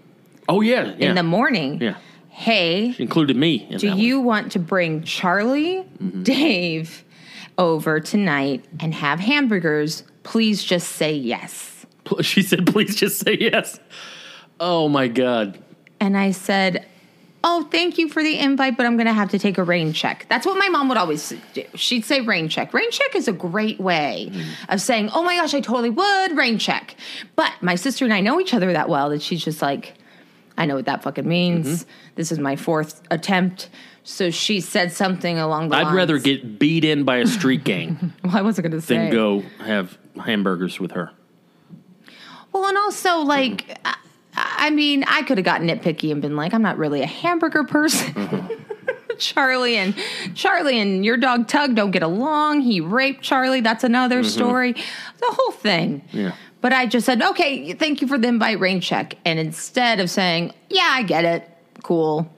B: Oh yeah, Mm-hmm. yeah.
A: in the morning.
B: yeah.
A: Hey,
B: Included me. In
A: do
B: that
A: you want to bring Charlie,
B: Mm-hmm.
A: Dave, over tonight and have hamburgers? Please just say yes.
B: One. She said, "Please just say yes." Oh my god.
A: And I said, Oh, thank you for the invite, but I'm going to have to take a rain check. That's what my mom would always do. She'd say rain check. Rain check is a great way
B: Mm.
A: of saying, Oh my gosh, I totally would rain check. But my sister and I know each other that well that she's just like, I know what that fucking means.
B: Mm-hmm.
A: This is my fourth attempt. So she said something along the
B: I'd
A: lines.
B: rather get beat in by a street gang
A: Well, I wasn't going to say.
B: than go have hamburgers with her.
A: Well, and also like, I, I mean, I could have gotten nitpicky and been like, I'm not really a hamburger person. Charlie and Charlie and your dog Tug don't get along. He raped Charlie. That's another story. The whole thing.
B: Yeah.
A: But I just said, okay, thank you for the invite rain check. And instead of saying, yeah, I get it, cool,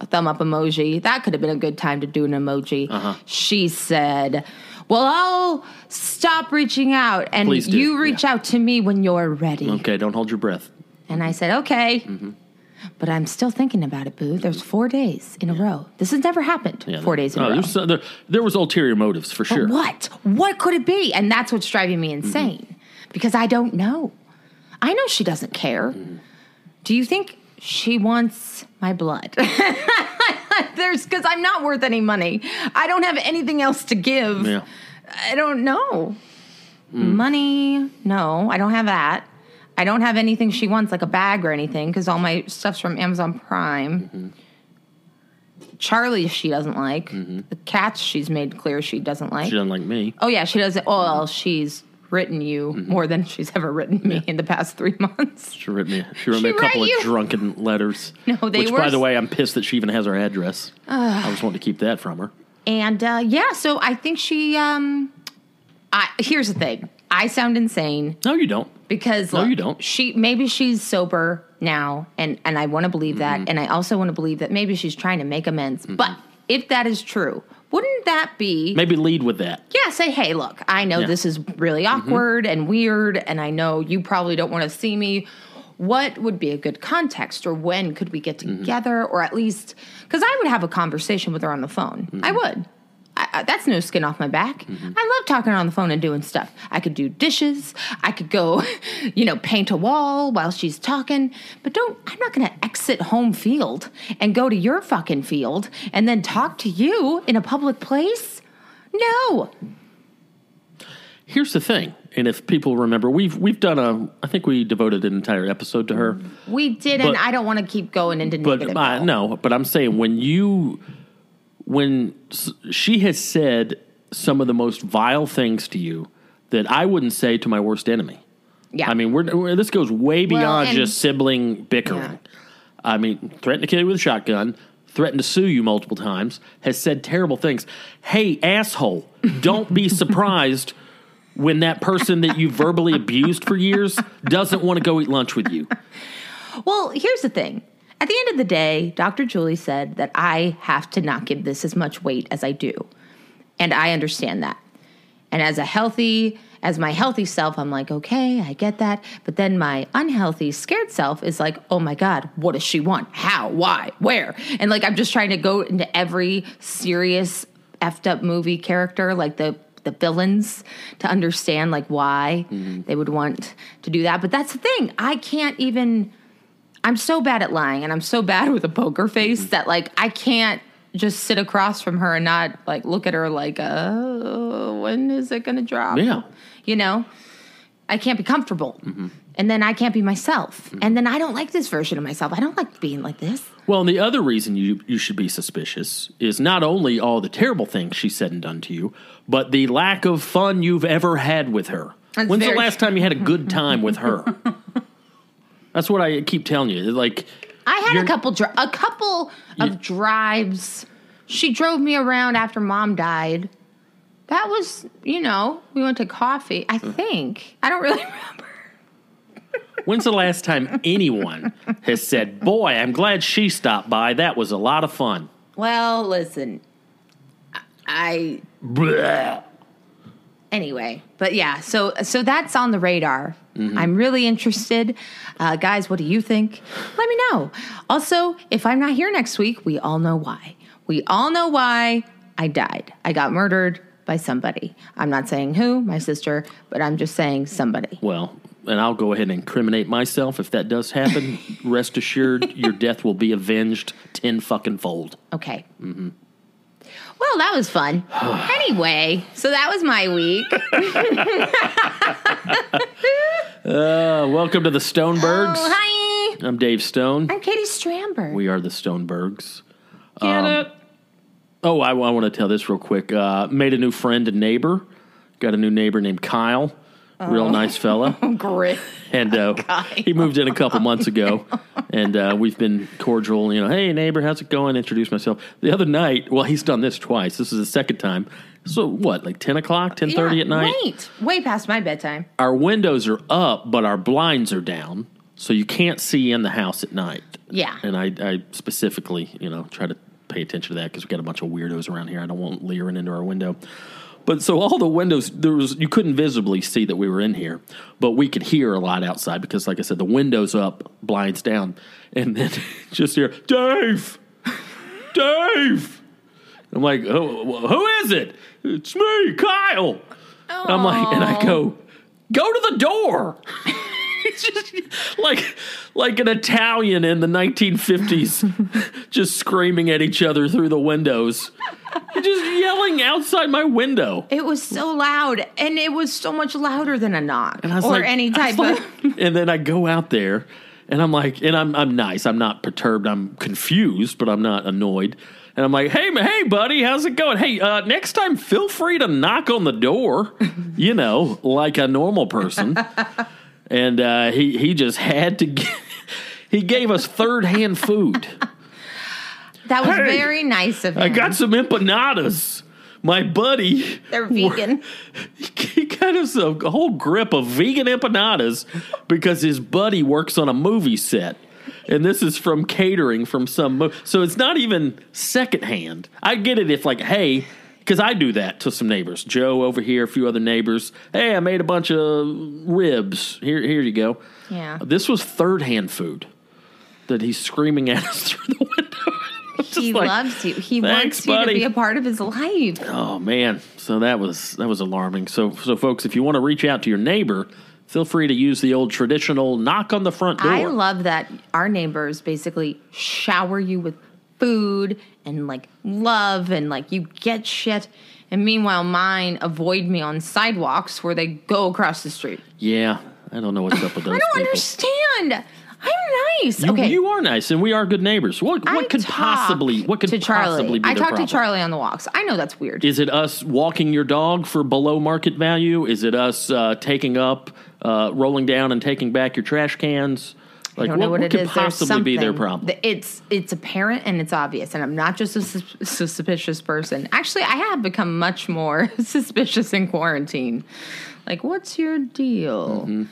A: a thumb up emoji, that could have been a good time to do an emoji.
B: Uh-huh.
A: She said, well, I'll stop reaching out and
B: Please do.
A: you reach
B: Yeah.
A: out to me when you're ready.
B: Okay, don't hold your breath.
A: And I said, okay. But I'm still thinking about it, Boo. There's four days in a row. This has never happened.
B: Yeah,
A: four days in
B: oh,
A: a row.
B: there's- there, there was ulterior motives for sure. Mm-hmm.
A: What? What could it be? And that's what's driving me insane because I don't know. I know she doesn't care.
B: Mm-hmm.
A: Do you think she wants my blood? There's because I'm not worth any money. I don't have anything else to give.
B: Yeah. Mm.
A: I don't know. Money, no, I don't have that. I don't have anything she wants, like a bag or anything, because all my stuff's from Amazon Prime.
B: Mm-hmm.
A: Charlie, she doesn't like. The cats, she's made clear she doesn't like.
B: Mm-hmm. She doesn't like me.
A: oh, yeah, she doesn't. Oh, well, she's written you
B: Mm-hmm.
A: more than she's ever written me in the past three months.
B: She wrote me. She wrote
A: She
B: me a
A: wrote
B: couple
A: you-
B: of drunken letters.
A: No, they
B: which,
A: were
B: by the
A: s-
B: way, I'm pissed that she even has her address. I just wanted to keep that from her.
A: And uh, yeah, so I think she. Um, I, here's the thing I sound insane.
B: No, you don't.
A: because
B: No,
A: look,
B: you don't.
A: She maybe she's sober now, and and I want to believe
B: Mm-hmm.
A: that, and I also want to believe that maybe she's trying to make amends. But if that is true, wouldn't that be?
B: Maybe lead with that.
A: Yeah, say hey, look, I know
B: Yeah.
A: this is really awkward and weird, and I know you probably don't want to see me. What would be a good context, or when could we get together, or at least because I would have a conversation with her on the phone. I would. I, I, that's no skin off my back. I love talking on the phone and doing stuff. I could do dishes. I could go, you know, paint a wall while she's talking. But don't. I'm not going to exit home field and go to your fucking field and then talk to you in a public place. No,
B: Here's the thing, and if people remember, we've we've done a. I think we devoted an entire episode to her.
A: We did, and
B: But-
A: I don't want to keep going into negative.
B: But I,
A: though.
B: no, but I'm saying when you when s- she has said some of the most vile things to you that I wouldn't say to my worst enemy.
A: yeah,
B: I mean, we're, we're- this goes way beyond
A: and-
B: just sibling bickering.
A: Yeah.
B: I mean, threatened to kill you with a shotgun, threatened to sue you multiple times, has said terrible things. Hey, asshole, don't be surprised when that person that you verbally abused for years doesn't want to go eat lunch with you.
A: Well, here's the thing. At the end of the day, Dr. Julie said that I have to not give this as much weight as I do. And I understand that. And as a healthy, as my healthy self, I'm like, okay, I get that. But then my unhealthy, scared self is like, oh my God, what does she want? How? Why? Where? And like, I'm just trying to go into every serious, effed up movie character, like the the villains to understand like why they would want to do that but that's the thing i can't even I'm so bad at lying and I'm so bad with a poker face
B: Mm-hmm.
A: that like I can't just sit across from her and not like look at her like, uh, when is it gonna drop?
B: Yeah. Mm-hmm.
A: You know? I can't be comfortable. And then I can't be myself. And then I don't like this version of myself. I don't like being like this.
B: Well, and the other reason you, you should be suspicious is not only all the terrible things she said and done to you, but the lack of fun you've ever had with her.
A: That's
B: When's
A: very
B: the last time you had a good time with her? That's what I keep telling you. Like,
A: I had
B: You're-
A: a couple dri- a couple of drives. She drove me around after mom died. That was, you know, we went to coffee, I
B: Mm.
A: think. I don't really remember.
B: when's the last time anyone has said, Boy, I'm glad she stopped by. That was a lot of fun.
A: Well, listen. I- I
B: Blech.
A: anyway, but yeah, so so that's on the radar.
B: Mm-hmm.
A: I'm really interested, uh, guys. What do you think? Let me know. Also, if I'm not here next week, we all know why. We all know why I died. I got murdered by somebody. I'm not saying who, my sister, but I'm just saying somebody.
B: Well, and I'll go ahead and incriminate myself if that does happen. Rest assured, your death will be avenged 10 fucking fold.
A: Okay.
B: Mm-hmm.
A: Well, that was fun. anyway, so that was my week.
B: Uh, welcome to the Stonebergs.
A: Oh, hi.
B: I'm Dave Stone.
A: I'm Katie Stramberg.
B: We are the Stonebergs. Um, Oh, I, want to tell this real quick. Uh, made a new friend and neighbor. Got a new neighbor named Kyle. Real nice fella.
A: Great.
B: And uh, he moved in a couple months ago, and uh, we've been cordial. You know, hey neighbor, how's it going? Introduce myself. The other night, well, he's done this twice. This is the second time. So what, like ten o'clock, ten thirty
A: Yeah,
B: at night?
A: Wait, way past my bedtime.
B: Our windows are up, but our blinds are down, so you can't see in the house at night.
A: Yeah.
B: and I, I specifically, you know, try to pay attention to that because we got a bunch of weirdos around here. I don't want leering into our window. But so all the windows there was you couldn't visibly see that we were in here, but we could hear a lot outside because like I said, the windows up, blinds down, and then just hear Dave, Dave. I'm like, oh, who is it? It's me, Kyle. I'm like, and I go, go to the door. It's just like like an Italian in the 1950s, just screaming at each other through the windows, just yelling outside my window.
A: It was so loud, and it was so much louder than a knock
B: I was
A: or
B: like-
A: any
B: I
A: type
B: was like-
A: of.
B: and then I go out there, and I'm like, and I'm I'm nice. I'm not perturbed. I'm confused, but I'm not annoyed. And I'm like, hey, ma- hey, buddy, how's it going? Hey, uh, next time, feel free to knock on the door, you know, like a normal person. and uh, he he just had to. Get, he gave us third hand food.
A: That was
B: Hey,
A: very nice of him.
B: I got some empanadas. My buddy,
A: They're vegan.
B: he got us a whole grip of vegan empanadas because his buddy works on a movie set. And this is from catering from some mo- so it's not even secondhand. I get it if like, hey, because I do that to some neighbors. Joe over here, a few other neighbors. Hey, I made a bunch of ribs. Here, here you go.
A: Yeah.
B: This was third hand food that he's screaming at us through the window. I'm just
A: He
B: like,
A: loves you. He wants
B: "Thanks,
A: you
B: buddy."
A: to be a part of his life.
B: Oh man, so that was that was alarming. So so folks, if you want to reach out to your neighbor, feel free to use the old traditional knock on the front door.
A: I love that our neighbors basically shower you with food and like love and like you get shit. And meanwhile, mine avoid me on sidewalks where they go across the street.
B: yeah, I don't know what's up with those.
A: I don't
B: people.
A: understand. I'm nice.
B: You,
A: okay.
B: you are nice, and we are good neighbors. What what
A: I
B: could
A: talk
B: possibly what could
A: to Charlie.
B: possibly be
A: I
B: their
A: talk
B: problem?
A: to Charlie on the walks. I know that's weird.
B: Is it us walking your dog for below market value? Is it us uh, taking up, uh, rolling down, and taking back your trash cans? Like
A: I don't know what, it
B: could
A: is. There's
B: possibly be their
A: something.
B: problem?
A: Th- It's it's apparent and it's obvious, and I'm not just a sus- suspicious person. Actually, I have become much more suspicious in quarantine. Like, what's your deal?
B: Mm-hmm.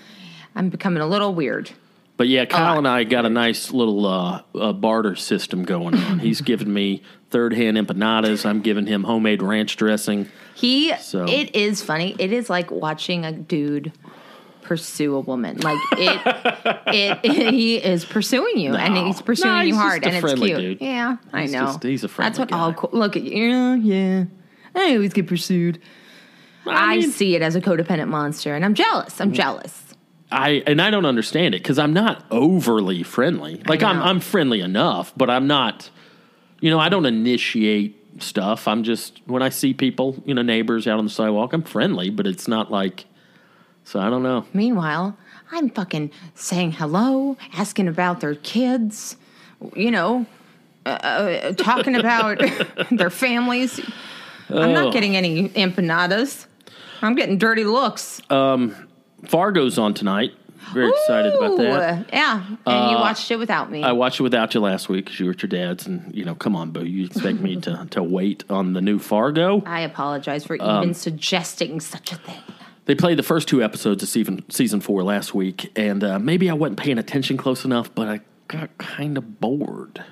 A: I'm becoming a little weird.
B: But yeah, Kyle
A: lot.
B: and I got a nice little uh, uh, barter system going on. He's giving me third hand empanadas. I'm giving him homemade ranch dressing.
A: He,
B: So-
A: it is funny. It is like watching a dude pursue a woman. Like it, it, he is pursuing you, and
B: No.
A: he's pursuing
B: No,
A: you
B: he's
A: hard,
B: just
A: and
B: a
A: it's
B: friendly
A: cute.
B: dude.
A: Yeah, I
B: He's
A: know.
B: just- he's a
A: That's what
B: friendly
A: all
B: guy.
A: co- look at you. Yeah, I always get pursued. I,
B: mean- Mm.
A: see it as a codependent monster, and I'm jealous. I'm jealous.
B: I and I don't understand it because I'm not overly friendly. Like I'm
A: know.
B: I'm friendly enough, but I'm not. You know, I don't initiate stuff. I'm just when I see people, you know, neighbors out on the sidewalk, I'm friendly, but it's not like. So I don't know.
A: Meanwhile, I'm fucking saying hello, asking about their kids, you know, uh, uh, talking about their families. I'm
B: Oh.
A: not getting any empanadas. I'm getting dirty looks.
B: Fargo's on tonight. Very excited about that. Uh,
A: Ooh, Yeah, and you watched it without me.
B: I watched it without you last week because you were at your dad's, and you know, come on, boo, you expect me to to wait on the new Fargo?
A: I apologize for even
B: Um,
A: suggesting such a thing.
B: They played the first two episodes of season season four last week, and uh, maybe I wasn't paying attention close enough, but I got kind of bored.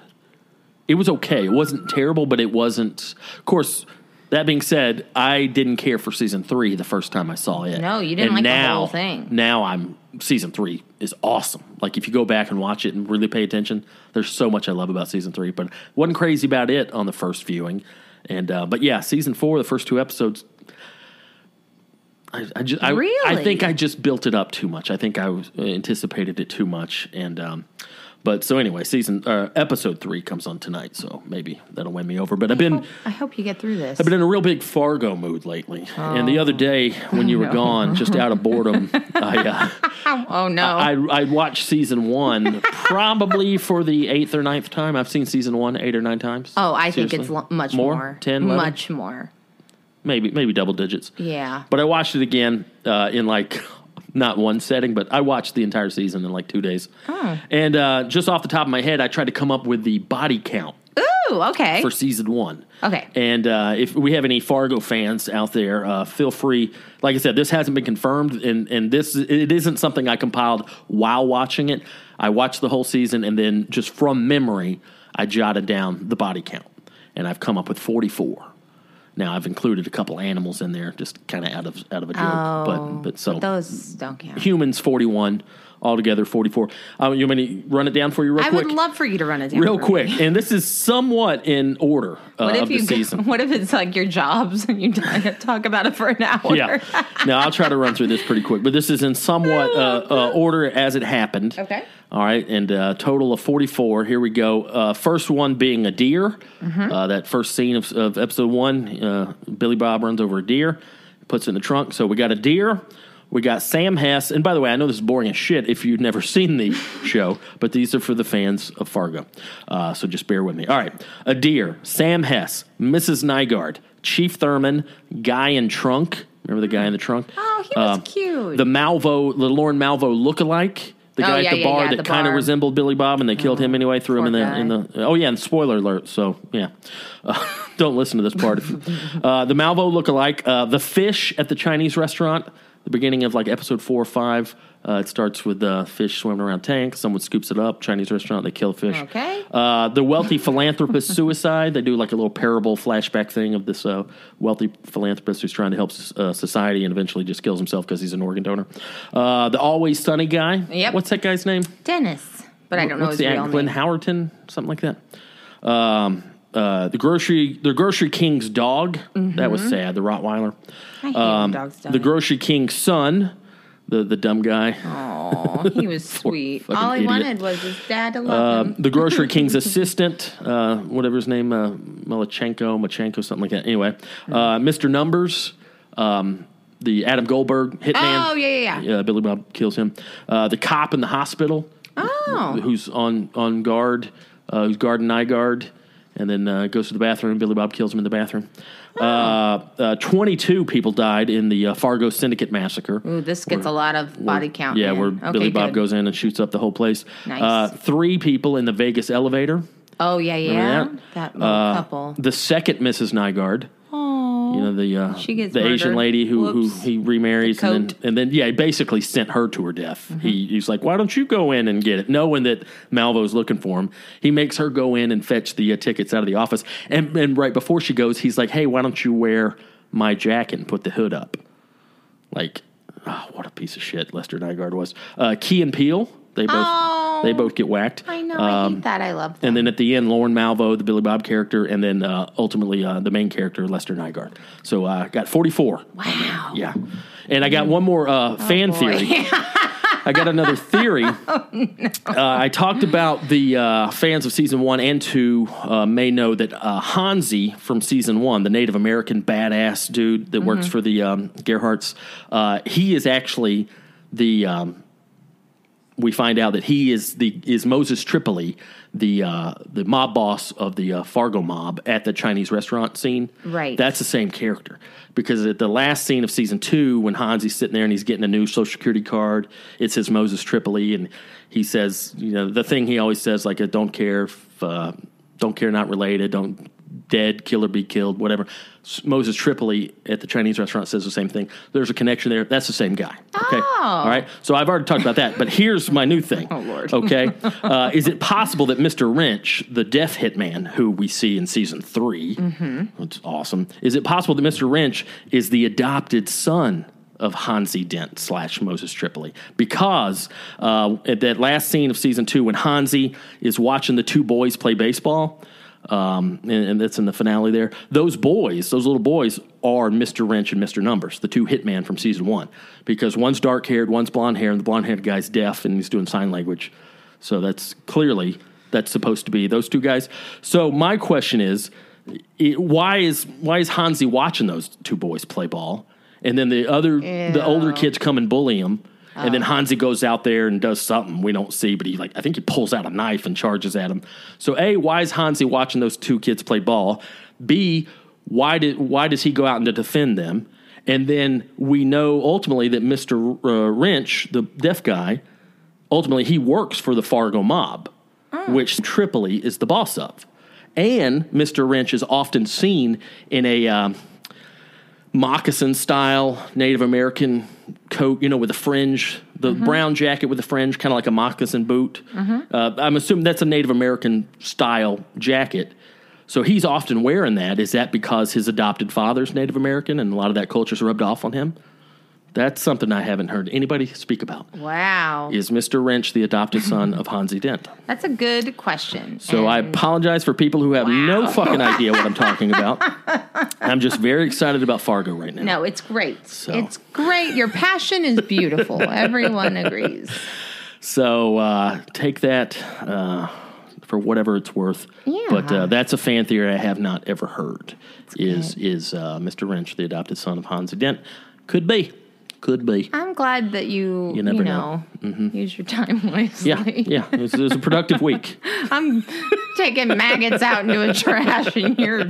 B: It was okay. It wasn't terrible, but it wasn't. Of course, that being said, I didn't care for season three the first time I saw it.
A: No, you didn't
B: And
A: like the
B: now,
A: whole thing.
B: Now I'm season three is awesome. Like if you go back and watch it and really pay attention, there's so much I love about season three. But wasn't crazy about it on the first viewing, and uh, but yeah, season four, the first two episodes, I, I just I, I
A: Really?
B: think I just built it up too much. I think I was, uh, anticipated it too much, and um, but so anyway, season uh, episode three comes on tonight, so maybe that'll win me over. But I've been
A: I hope you get through this.
B: I've been in a real big Fargo mood lately, and the other day when you were gone, just out of boredom, I, uh,
A: oh no!
B: I I watched season one probably for the eighth or ninth time. I've seen season one eight or nine times.
A: oh, I think it's
B: Seriously.
A: lo- much
B: More?
A: more,
B: 10, 11?
A: much more.
B: maybe maybe double digits.
A: Yeah.
B: But I watched it again uh, in like not one setting, but I watched the entire season in like two days. And uh, just off the top of my head, I tried to come up with the body count
A: Ooh, okay.
B: for season one.
A: Okay.
B: And uh, if we have any Fargo fans out there, uh, feel free. Like I said, this hasn't been confirmed, and and this it isn't something I compiled while watching it. I watched the whole season, and then just from memory, I jotted down the body count, and I've come up with forty four. Now I've included a couple animals in there, just kind of out of out of a joke.
A: Oh,
B: but but so
A: those don't count.
B: humans forty one altogether forty four. Um, you want me to run it down for you real
A: I
B: quick?
A: would love for you to run it down
B: real
A: for
B: quick,
A: me.
B: and this is somewhat in order uh,
A: What if
B: of
A: you?
B: the
A: go-
B: season.
A: What if it's like your jobs and you talk talk about it for an hour?
B: yeah. Um, No, I'll try to run through this pretty quick, but this is in somewhat uh, uh, order as it happened.
A: Okay.
B: All right, and uh, total of 44. Here we go. Uh, first one being a deer. Uh, that first scene of, of episode one, uh, Billy Bob runs over a deer, puts it in the trunk. So we got a deer. We got Sam Hess. And by the way, I know this is boring as shit if you've never seen the show, but these are for the fans of Fargo. Uh, so just bear with me. All right. A deer, Sam Hess, Mrs. Nygaard, Chief Thurman, Guy in Trunk. Remember the guy in the trunk?
A: Oh, he was cute.
B: The Malvo, the Lauren Malvo lookalike, the
A: Oh,
B: guy
A: yeah,
B: at the
A: yeah,
B: bar
A: yeah,
B: that
A: the
B: kind of
A: bar. Oh,
B: resembled Billy Bob, and they killed him anyway. Threw him in
A: poor
B: the in the. Oh yeah, and spoiler alert. So yeah, Uh, don't listen to this part. If you- uh, the Malvo lookalike, uh, the fish at the Chinese restaurant. The beginning of like episode four or five. Uh, it starts with uh, fish swimming around tanks. Someone scoops it up. Chinese restaurant. They kill fish.
A: Okay.
B: Uh, the wealthy philanthropist suicide. They do like a little parable flashback thing of this uh, wealthy philanthropist who's trying to help uh, society and eventually just kills himself because he's an organ donor. Uh, the always sunny guy.
A: Yep.
B: What's that guy's name?
A: Dennis, but I don't know
B: What's
A: his
B: the
A: real
B: act? Glenn
A: name.
B: Howerton, something like that. Um, uh, the grocery, the grocery king's dog. That
A: Mm-hmm.
B: was sad. The Rottweiler.
A: I hate when dogs
B: um, The grocery king's son. The the dumb guy.
A: Oh, he was sweet.
B: fucking
A: All he
B: idiot.
A: wanted was his dad to love him.
B: Um, the grocery king's assistant, uh, whatever his name, uh, Melichenko, Machenko, something like that. Anyway, uh, Mr. Numbers, um, the Adam Goldberg hitman.
A: Oh, yeah, yeah, yeah.
B: Billy Bob kills him. Uh, the cop in the hospital,
A: Oh,
B: who's on on guard, uh, who's guarding eye guard, and then uh, goes to the bathroom. Billy Bob kills him in the bathroom.
A: Oh.
B: Uh, uh, Twenty-two people died in the uh, Fargo Syndicate massacre.
A: Ooh, this gets a lot of body count.
B: Yeah,
A: man.
B: where
A: Okay,
B: Billy Bob
A: good.
B: goes in and shoots up the whole place.
A: Nice.
B: Uh, three people in the Vegas elevator.
A: Oh yeah, yeah.
B: Remember
A: That little
B: Uh,
A: couple.
B: The second Mrs. Nygaard. You know the uh,
A: She gets
B: the Asian
A: murdered.
B: lady who, who
A: Whoops.
B: he remarries
A: The
B: and then
A: coat. Mm-hmm.
B: and then yeah he basically sent her to her death. He, he's like, why don't you go in and get it, knowing that Malvo's looking for him. He makes her go in and fetch the uh, tickets out of the office, and and right before she goes, he's like, hey, why don't you wear my jacket and put the hood up? Like, oh, what a piece of shit Lester Nygaard was. Uh, Key and Peele, they both
A: Oh.
B: they both get whacked.
A: I know. I
B: Um,
A: hate that. I love that.
B: and then at the end, Lauren Malvo, the Billy Bob character, and then uh, ultimately uh, the main character, Lester Nygaard. So I uh, got 44.
A: wow.
B: Yeah. And I got one more uh, fan
A: boy.
B: theory. I got another theory. uh, I talked about the uh, fans of season one and two uh, may know that uh, Hansi from season one, the Native American badass dude that works for the um, Gerhardts, uh, he is actually the. Um, we find out that he is the is Moses Tripoli, the uh, the mob boss of the uh, Fargo mob at the Chinese restaurant scene.
A: Right.
B: That's the same character because at the last scene of season two, when Hansi's sitting there and he's getting a new social security card, it says Moses Tripoli, and he says, you know, the thing he always says, like, I don't care if, uh, don't care, not related, don't dead, kill or be killed, whatever. S- Moses Tripoli at the Chinese restaurant says the same thing. There's a connection there. That's the same guy. Okay.
A: Oh.
B: All right. So I've already talked about that, but here's my new thing.
A: Oh, Lord.
B: Okay. Uh, is it possible that Mr. Wrench, the deaf hitman who we see in season 3
A: Mm-hmm.
B: which is awesome, is it possible that Mr. Wrench is the adopted son of Hansi Dent slash Moses Tripoli? Because uh, at that last scene of season two, when Hansi is watching the two boys play baseball, um, and, and that's in the finale there. Those boys, those little boys, are Mr. Wrench and Mr. Numbers, the two hitman from season one, because one's dark haired, one's blonde haired, and the blonde haired guy's deaf and he's doing sign language. So that's clearly that's supposed to be those two guys. So my question is, i why is why is Hansi watching those two boys play ball, and then the other the older
A: Ew.
B: kids come and bully him? And then Hansi goes out there and does something we don't see, but he like I think he pulls out a knife and charges at him. So a why is Hansi watching those two kids play ball? B why did why does he go out and to defend them? And then we know ultimately that Mister uh, Wrench, the deaf guy, ultimately he works for the Fargo mob, which Tripoli is the boss of. And Mr. Wrench is often seen in a um, moccasin style Native American coat, you know, with a fringe, the brown jacket with a fringe, kind of like a moccasin boot. Uh, I'm assuming that's a Native American style jacket. So he's often wearing that. Is that because his adopted father's Native American and a lot of that culture's rubbed off on him? That's something I haven't heard anybody speak about.
A: Wow.
B: Is Mr. Wrench the adopted son of Hansi Dent?
A: That's a good question.
B: So I
A: And
B: apologize for people who have no
A: Wow.
B: fucking idea what I'm talking about. I'm just very excited about Fargo right now.
A: No, it's great. It's great. Your passion is beautiful. Everyone agrees.
B: So uh, take that uh, for whatever it's worth.
A: Yeah.
B: But uh, that's a fan theory I have not ever heard. Is is uh, Mr. Wrench the adopted son of Hansi Dent? Could be. Could be.
A: I'm glad that you, you,
B: never know. Mm-hmm.
A: know, use your time wisely.
B: Yeah, yeah. It was, it was a productive week.
A: I'm taking maggots out into a trash and you're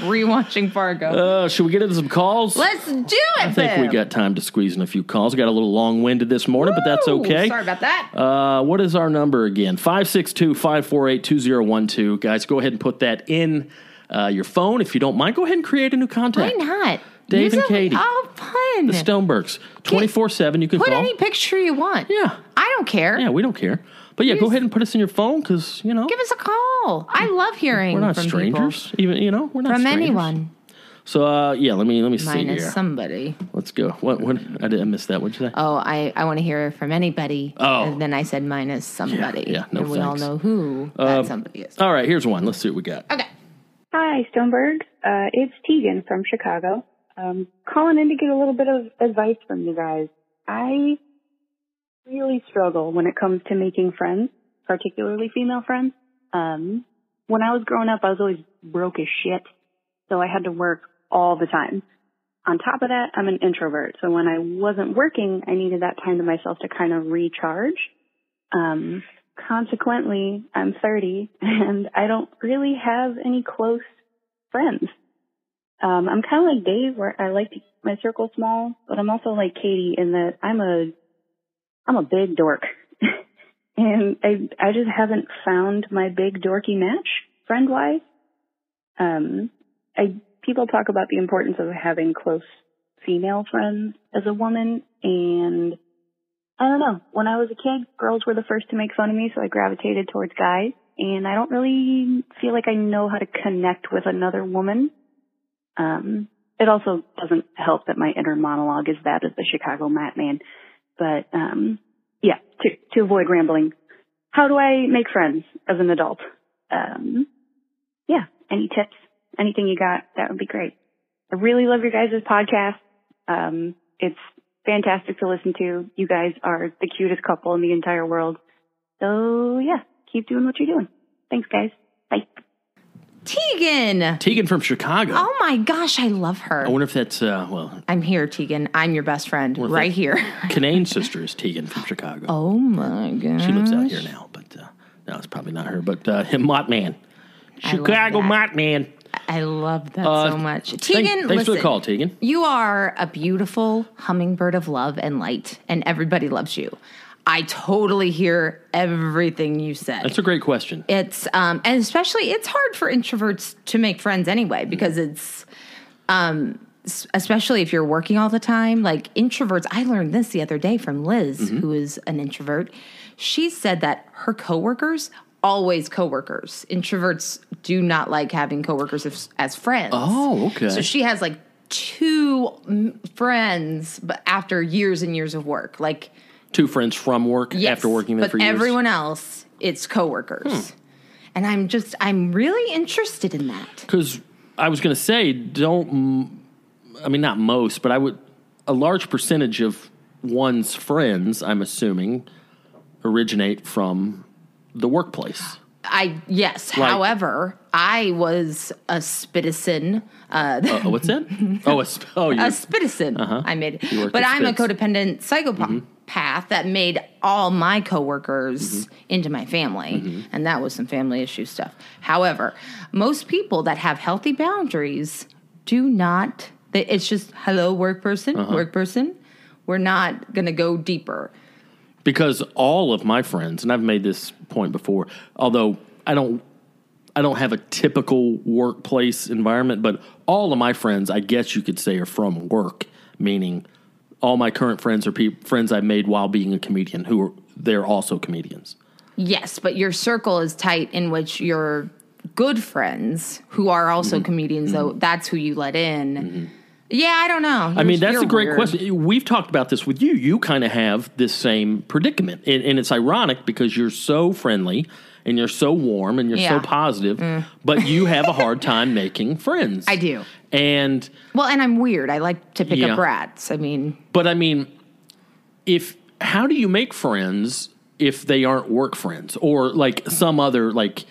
A: rewatching Fargo.
B: Uh, should we get into some calls?
A: Let's do it,
B: I think we got time to squeeze in a few calls. We got a little long winded this morning, but that's okay.
A: Sorry about that.
B: Uh, what is our number again? 562 548 2012. Guys, go ahead and put that in uh, your phone if you don't mind. Go ahead and create a new
A: Why
B: contact.
A: not?
B: Dave and
A: a-
B: Katie.
A: Oh, fun.
B: The Stonebergs. 24 7. You can
A: Put
B: call.
A: any picture you want.
B: yeah.
A: I don't care.
B: Yeah, we don't care. But yeah, go
A: Use-
B: ahead and put us in your phone because, you know,
A: Give us a call. I love hearing
B: we're not
A: from
B: strangers. Even, you know, we're not
A: people. From
B: strangers.
A: anyone.
B: So uh, yeah, let me let me see
A: Minus
B: here.
A: somebody.
B: Let's go. What what I did I missed that. What'd you say?
A: Oh, I, I want to hear from anybody.
B: Oh.
A: And then I said minus somebody.
B: yeah, no
A: and we all
B: thanks. Um, uh,
A: know who that somebody is.
B: All right, here's one. Let's see what we got.
A: Okay.
D: Hi, Stoneberg. Uh, it's Tegan from Chicago. Um, calling in to get a little bit of advice from you guys. I really struggle when it comes to making friends, particularly female friends. Um, when I was growing up, I was always broke as shit, so I had to work all the time. On top of that, I'm an introvert, so when I wasn't working, I needed that time to myself to kind of recharge. Um, consequently, I'm 30 and I don't really have any close friends. Um, I'm kind of like Dave where I like to keep my circle small, but I'm also like Katie in that I'm a, I'm a big dork and I, I just haven't found my big dorky match friend wise. Um, I, people talk about the importance of having close female friends as a woman and I don't know. When I was a kid, girls were the first to make fun of me, so I gravitated towards guys. And I don't really feel like I know how to connect with another woman. Um, it also doesn't help that my inner monologue is that of the Chicago Mat Man. But um, yeah, to to avoid rambling, how do I make friends as an adult? Um, yeah, any tips, anything you got, that would be great. I really love your guys' podcast. Um, it's fantastic to listen to. You guys are the cutest couple in the entire world. So yeah, keep doing what you're doing. Thanks, guys. Bye.
A: Tegan.
B: Tegan from Chicago.
A: Oh my gosh, I love her.
B: I wonder if that's uh, well,
A: I'm here, Tegan. I'm your best friend
B: if
A: right
B: that-
A: here.
B: Canaan's sister is Tegan from Chicago.
A: Oh my gosh.
B: She lives out here now, but uh, no, it's probably not her. But uh, him, Mott Man,
A: I love
B: Chicago
A: that.
B: Mott Man.
A: I love that
B: Uh,
A: so much. Tegan,
B: Thank- thanks for the
A: listen,
B: call, Tegan.
A: You are a beautiful hummingbird of love and light, and everybody loves you. I totally hear everything you said.
B: That's a great question.
A: it's um, and especially it's hard for introverts to make friends anyway because it's um, s- especially if you're working all the time like introverts i learned this the other day from liz
B: Mm-hmm.
A: who is an introvert she said that her coworkers always coworkers introverts do not like having coworkers as, as friends
B: Oh, okay.
A: so she has like two mm, friends but after years and years of work like
B: Two friends from work
A: Yes,
B: after working there
A: but
B: for years. Hmm.
A: everyone else, it's coworkers. And I'm just, I'm really interested in that.
B: Because I was going to say, don't. m- I mean, not most, but I would. A large percentage of one's friends, I'm assuming, originate from the workplace.
A: I yes.
B: Like-
A: however, I was a spitison. Uh,
B: Oh, what's that? Oh, a, sp- oh,
A: a
B: you
A: spitison. I made,
B: Uh-huh. You worked Mm-hmm.
A: but
B: at
A: I'm a
B: Spitz.
A: codependent psychopath that made all my
B: Mm-hmm.
A: coworkers into my family, and that was some family issue stuff. However, most people that have healthy boundaries do not. they- It's just hello, work person,
B: Uh-huh.
A: work person. We're not going to go deeper.
B: because all of my friends and i've made this point before although i don't i don't have a typical workplace environment but all of my friends i guess you could say are from work meaning all my current friends are peop friends i made while being a comedian who are they're also comedians
A: Yes, but your circle is tight in which your good friends who are
B: Mm-hmm.
A: also comedians, though that's who you let in. Yeah, I don't know.
B: I mean, that's a great question. We've talked about this with you. You kind of have this same predicament. And, and it's ironic because you're so friendly and you're so warm and you're
A: Yeah. Mm.
B: so positive, but you have a hard time making friends.
A: I do.
B: And,
A: Well, and I'm weird. I like to pick
B: Yeah.
A: up rats. I mean,
B: but I mean, if, how do you make friends if they aren't work friends or like some other, like,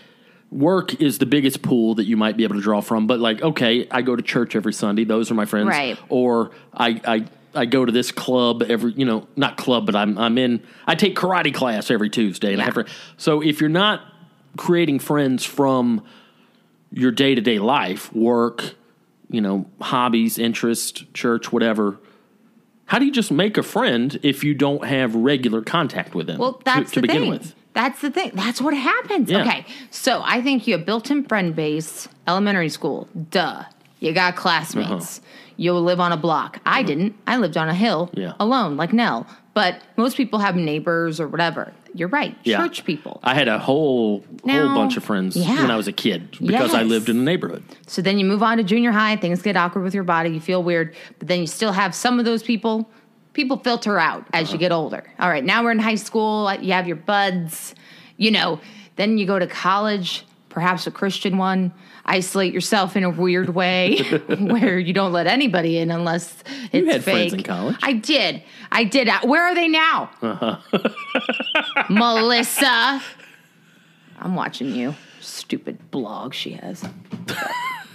B: Work is the biggest pool that you might be able to draw from, but like, okay, I go to church every Sunday; those are my friends.
A: Right.
B: or I, I I go to this club every you know not club but I'm I'm in I take karate class every Tuesday and I
A: Yeah.
B: have friends. so if you're not creating friends from your day to day life work you know hobbies interest church whatever how do you just make a friend if you don't have regular contact with them
A: well,
B: to-
A: that's
B: to,
A: the
B: begin
A: thing.
B: with
A: That's the thing. That's what happens.
B: Yeah.
A: Okay, so I think you have built-in friend base. Elementary school, duh. You got classmates.
B: Uh-huh.
A: You live on a block. I didn't. I lived on a hill
B: Yeah.
A: alone, like Nell. But most people have neighbors or whatever. You're right.
B: Yeah.
A: Church people.
B: I had a whole
A: Now-
B: whole bunch of friends
A: Yeah.
B: when I was a kid because I
A: Yes.
B: lived in a neighborhood
A: So then you move on to junior high, things get awkward with your body, you feel weird, but then you still have some of those people. People filter out as you get older. All right, now we're in high school, you have your buds, you know, then you go to college, perhaps a Christian one, isolate yourself in a weird way where you don't let anybody in unless it's
B: You
A: fake.
B: had friends in college. Uh-huh.
A: I did. I did. Uh, Where are they now? Melissa. I'm watching you. Stupid blog she has.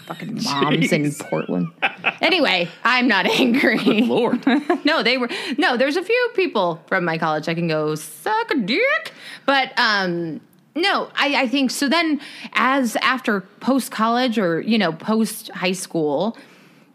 A: Fucking moms in Portland. Anyway, I'm not angry.
B: Lord
A: no, they were no. There's a few people from my college I can go suck a dick, but um, no, I, I think so. Then as after post college or you know post high school,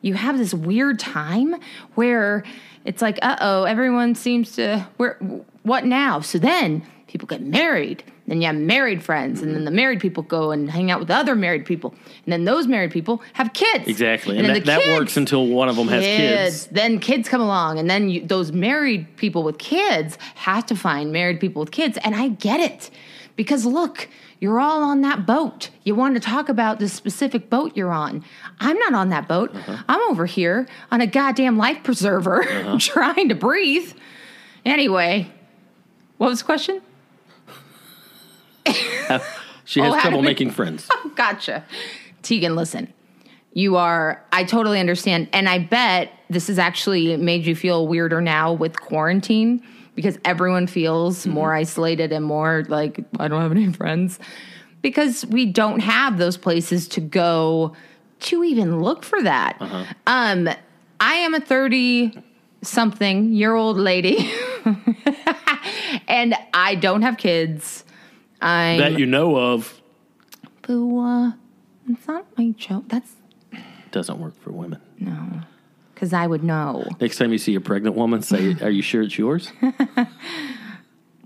A: you have this weird time where it's like, uh oh, everyone seems to where what now? So then people get married. Then you have married friends, and then the married people go and hang out with other married people, and then those married people have kids.
B: exactly and,
A: then
B: that,
A: the
B: that
A: kids-
B: works until one of them has kids
A: then kids come along, and then you, those married people with kids have to find married people with kids. And I get it because look, you're all on that boat. You want to talk about the specific boat you're on. I'm not on that boat.
B: Uh-huh.
A: I'm over here on a goddamn life preserver trying to breathe. Anyway, what was the question?
B: She
A: Oh,
B: has
A: how
B: trouble
A: did we-
B: making friends.
A: gotcha. Tegan, listen. You are, I totally understand. And I bet this has actually made you feel weirder now with quarantine because everyone feels more isolated and more like, I don't have any friends because we don't have those places to go to even look for that. Um, I am a 30 something year old lady and I don't have kids. I'm
B: that you know of
A: Boo, uh, it's not my joke. That's
B: doesn't work for women.
A: because I would know.
B: Next time you see a pregnant woman, say, Are you sure it's yours?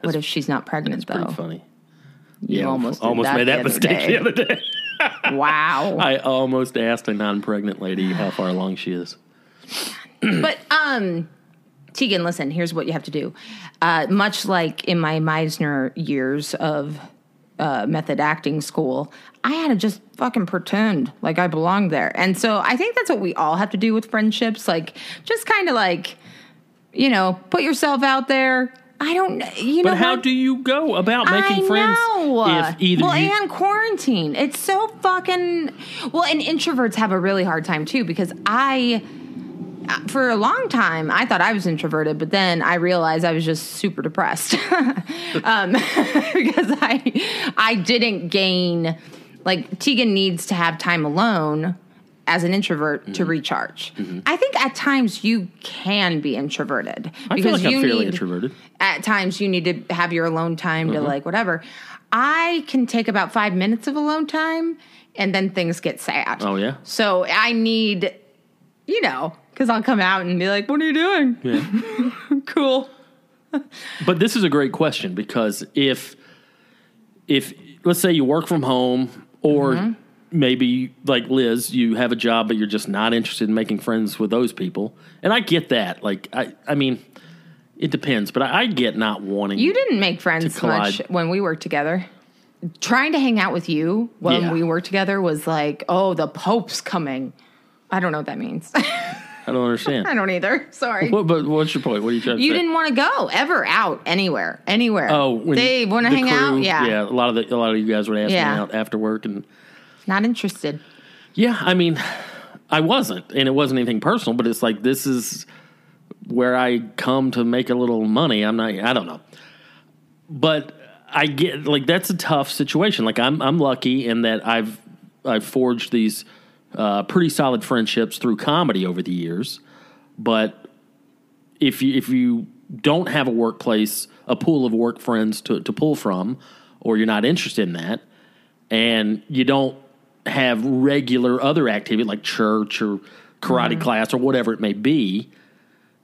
A: What if she's not pregnant, though?
B: Pretty funny.
A: Oh. You almost, did
B: almost
A: that
B: made that
A: the other
B: mistake
A: day.
B: the other day.
A: Wow.
B: I almost asked a non pregnant lady how far along she is.
A: but, um, Tegan, listen, here's what you have to do. Uh, much like in my Meisner years of uh, method acting school, I had to just fucking pretend like I belonged there. And so I think that's what we all have to do with friendships. Like, just kind of like, you know, put yourself out there. I don't, you know.
B: But how
A: what?
B: do you go about making
A: I
B: friends
A: know.
B: if either
A: well,
B: you,
A: and quarantine. It's so fucking well, and introverts have a really hard time too because I for a long time I thought I was introverted, but then I realized I was just super depressed um, because I I didn't gain like Tegan needs to have time alone as an introvert to
B: Mm-hmm.
A: recharge. I think at times you can be introverted
B: I feel like I'm
A: you
B: fairly
A: need-
B: introverted.
A: at times you need to have your alone time
B: Mm-hmm.
A: to like whatever. I can take about five minutes of alone time and then things get sad.
B: Oh, yeah?
A: So I need, you know, because I'll come out and be like, what are you doing? cool.
B: But this is a great question because if if let's say you work from home or
A: Mm-hmm.
B: maybe like Liz, you have a job but you're just not interested in making friends with those people. And I get that. Like I I mean it depends, but I, I get not wanting
A: You didn't make friends
B: collide.
A: much when we worked together. trying to hang out with you when
B: Yeah.
A: we were together was like, oh, the Pope's coming. I don't know what that means.
B: I don't understand.
A: I don't either. Sorry.
B: What, but what's your point? What are you trying to
A: you
B: say?
A: didn't want to go ever out anywhere, anywhere.
B: Oh, when
A: they want to
B: the
A: hang out.
B: crew-
A: Yeah.
B: yeah. A lot of the, a lot of you guys would ask me
A: Yeah.
B: out after work, and
A: not interested.
B: yeah, I mean, I wasn't, and it wasn't anything personal, but it's like this is where I come to make a little money. I'm not, I don't know, but I get like that's a tough situation. Like I'm, I'm lucky in that I've, I've forged these uh, pretty solid friendships through comedy over the years, but if you if you don't have a workplace, a pool of work friends to, to pull from, or you're not interested in that, and you don't have regular other activity like church or karate
A: Mm-hmm.
B: class or whatever it may be,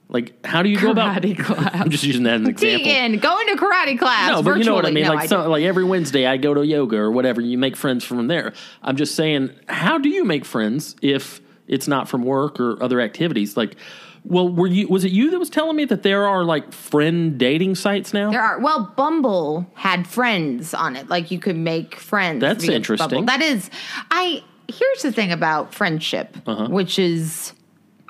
B: like how do you go about?
A: Karate class.
B: I'm just using that as an example.
A: Deegan, going to karate class.
B: No, but you know what I
A: virtually.
B: mean.
A: No,
B: like,
A: I
B: so,
A: don't.
B: like every Wednesday, I go to yoga or whatever. You make friends from there. I'm just saying, how do you make friends if it's not from work or other activities? Like, well, were you? Was it you that was telling me that there are like friend dating sites now?
A: There are well, Bumble had friends on it. Like you could make friends.
B: That's
A: via
B: interesting.
A: Bumble. That is, I here's the thing about friendship,
B: Uh-huh.
A: which is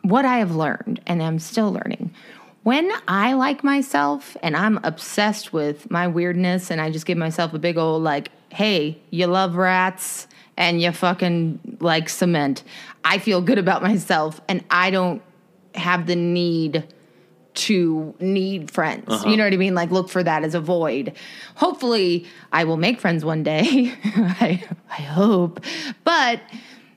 A: what I have learned and I'm still learning. When I like myself and I'm obsessed with my weirdness, and I just give myself a big old like, "Hey, you love rats and you fucking like cement," I feel good about myself, and I don't have the need to need friends. You know what I mean? Like look for that as a void. Hopefully I will make friends one day. I I hope. But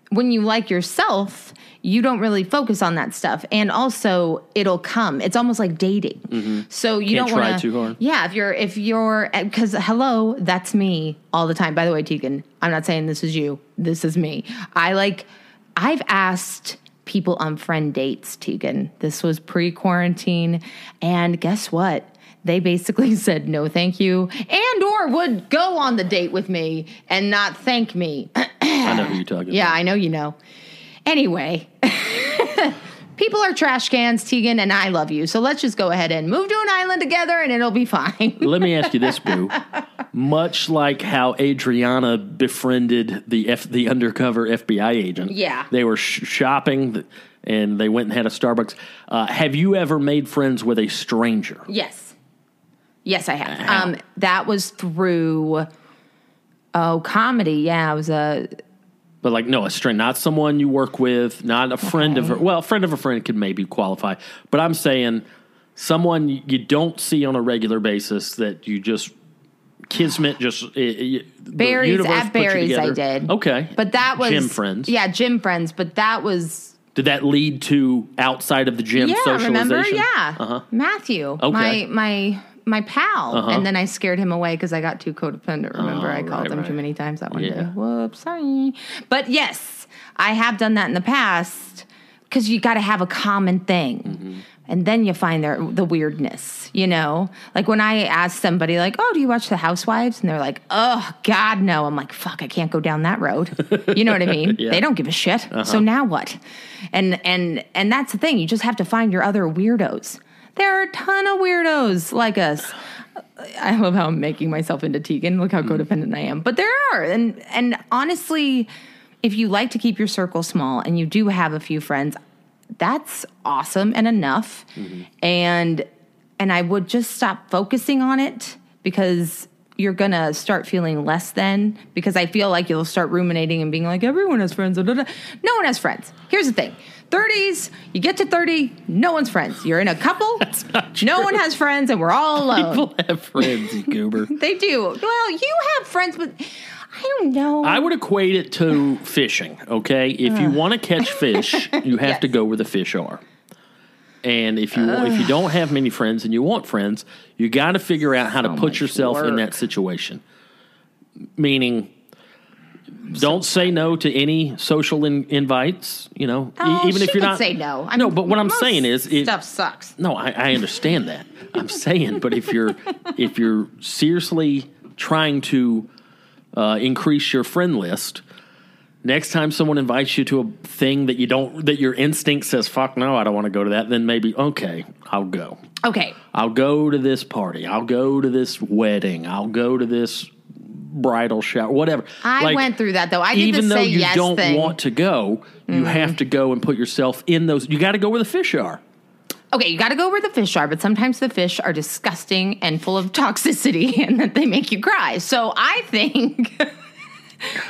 A: when you like yourself, you don't really focus on that stuff. And also it'll come. It's almost like dating. So you
B: Mm-hmm. Can't
A: don't
B: try
A: want
B: too hard.
A: yeah, if you're if you're because hello, that's me all the time. By the way, Tegan, I'm not saying this is you. This is me. I like I've asked people on friend dates, Tegan. This was pre-quarantine, and guess what? They basically said no, thank you, and or would go on the date with me and not thank me.
B: I know who you're talking.
A: Yeah,
B: about.
A: I know you know. Anyway, people are trash cans, Tegan, and I love you. So let's just go ahead and move to an island together and it'll be fine.
B: Let me ask you this, Boo. Much like how Adriana befriended the F, the undercover FBI agent,
A: Yeah.
B: they were sh- shopping th- and they went and had a Starbucks. Uh, have you ever made friends with a stranger?
A: yes. Yes, I have.
B: How?
A: Um, that was through, oh, comedy. Yeah, it was uh, a,
B: But like, no, a stranger, not someone you work with, not a friend of her. Well, a friend of a friend could maybe qualify, but I'm saying someone y- you don't see on a regular basis that you just kismet just it, it, the
A: Barry's
B: universe
A: at
B: put you
A: Barry's I
B: together.
A: did.
B: Okay,
A: But that was.
B: gym friends.
A: Yeah, gym friends. But that was
B: Did that lead to outside of the gym
A: yeah,
B: socialization?
A: remember? Yeah,
B: Uh-huh.
A: Matthew,
B: Okay. Uh-huh.
A: my my my pal, and then I scared him away because I got too codependent. Remember,
B: Oh,
A: I called
B: right,
A: him too
B: right.
A: many times that one
B: Yeah.
A: day. Whoops, sorry. But yes, I have done that in the past because you got to have a common thing. And then you find their, the weirdness, you know? Like when I ask somebody, like, oh, do you watch The Housewives? And they're like, oh, God, no. I'm like, fuck, I can't go down that road. You know what I mean? They don't give a shit. So now what? And and and that's the thing. You just have to find your other weirdos. There are a ton of weirdos like us. I love how I'm making myself into Tegan. Look how codependent I am. But there are, and and honestly, if you like to keep your circle small and you do have a few friends, that's awesome and enough. And and I would just stop focusing on it because you're gonna start feeling less than because I feel like you'll start ruminating and being like, everyone has friends. da, da, da." No one has friends. Here's the thing. 30s, you get to 30, no one's friends. You're in a couple, no one has friends, and we're all alone.
B: People have friends, you goober.
A: They do. Well, you have friends, but I don't know.
B: I e, would equate it to fishing, okay? If you want to catch fish, you have to
A: Yes.
B: go where the fish are. And if you if you don't have many friends and you want friends, you got to figure out how to put
A: much
B: yourself in
A: work.
B: that situation. Meaning don't say no to any social in, invites, you know, e-
A: Oh,
B: even if
A: she
B: you're
A: could
B: not
A: say no. I
B: no,
A: mean,
B: but what I'm
A: most
B: saying is it,
A: stuff sucks.
B: No, I, I understand that. I'm saying, but if you're if you're seriously trying to uh, increase your friend list, next time someone invites you to a thing that you don't that your instinct says fuck no, I don't want to go to that, then maybe okay, I'll go.
A: Okay.
B: I'll go to this party. I'll go to this wedding. I'll go to this bridal shower, whatever.
A: I
B: Like,
A: went through that though. I did the
B: even though
A: say
B: you
A: yes
B: don't
A: thing. Mm-hmm.
B: want to go, you have to go and put yourself in those. You got to go where the fish are.
A: okay, you got to go where the fish are, but sometimes the fish are disgusting and full of toxicity and that they make you cry. So I think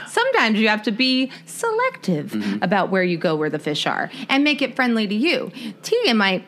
A: sometimes you have to be selective about where you go where the fish are and make it friendly to you. Tegan might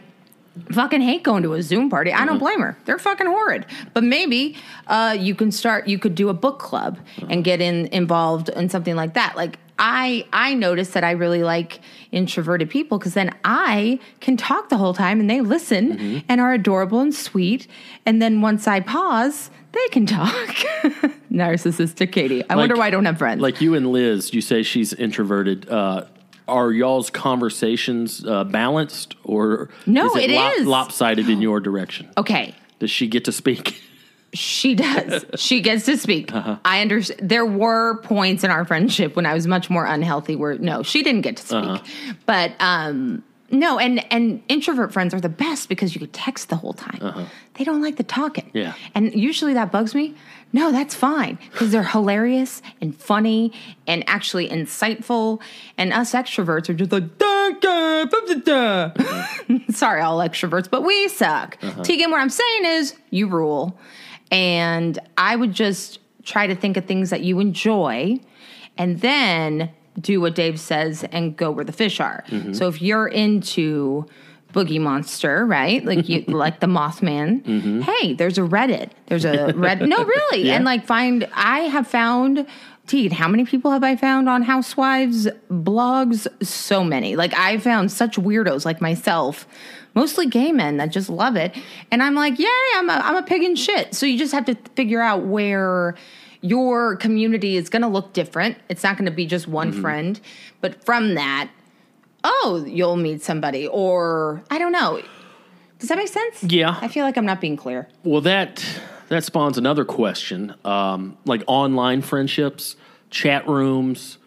A: fucking hate going to a Zoom party. I don't blame her. They're fucking horrid. But maybe uh, you can start. You could do a book club and get in involved in something like that. Like I, I noticed that I really like introverted people because then I can talk the whole time and they listen and are adorable and sweet. And then once I pause, they can talk. Narcissistic Katie. I wonder
B: Like-
A: why I don't have friends.
B: Like you and Liz, you say she's introverted. Uh, are y'all's conversations uh, balanced or
A: No,
B: is it,
A: it is.
B: lopsided in your direction?
A: okay,
B: Does she get to speak?
A: She does. she gets to speak. I understand. There were points in our friendship when I was much more unhealthy. Where no, she didn't get to speak. But um, no, and and introvert friends are the best because you could text the whole time. They don't like the talking.
B: Yeah.
A: and usually that bugs me. No, that's fine because they're hilarious and funny and actually insightful. And us extroverts are just like, "Duh, duh, duh, duh." sorry, all extroverts, but we suck. Tegan, what I'm saying is you rule. And I would just try to think of things that you enjoy and then do what Dave says and go where the fish are. So if you're into Boogie Monster, right? Like you like the Mothman. Hey, there's a Reddit. There's a Reddit. No, really. And like find I have found Tegan, how many people have I found on housewives blogs? So many. Like I found such weirdos like myself, mostly gay men that just love it. And I'm like, yay, I'm a, I'm a pig in shit. So you just have to figure out where your community is going to look different. It's not going to be just one friend, but from that, oh, you'll meet somebody or I don't know. Does that make sense?
B: Yeah.
A: I feel like I'm not being clear.
B: Well, that that spawns another question. Um, like online friendships, chat rooms,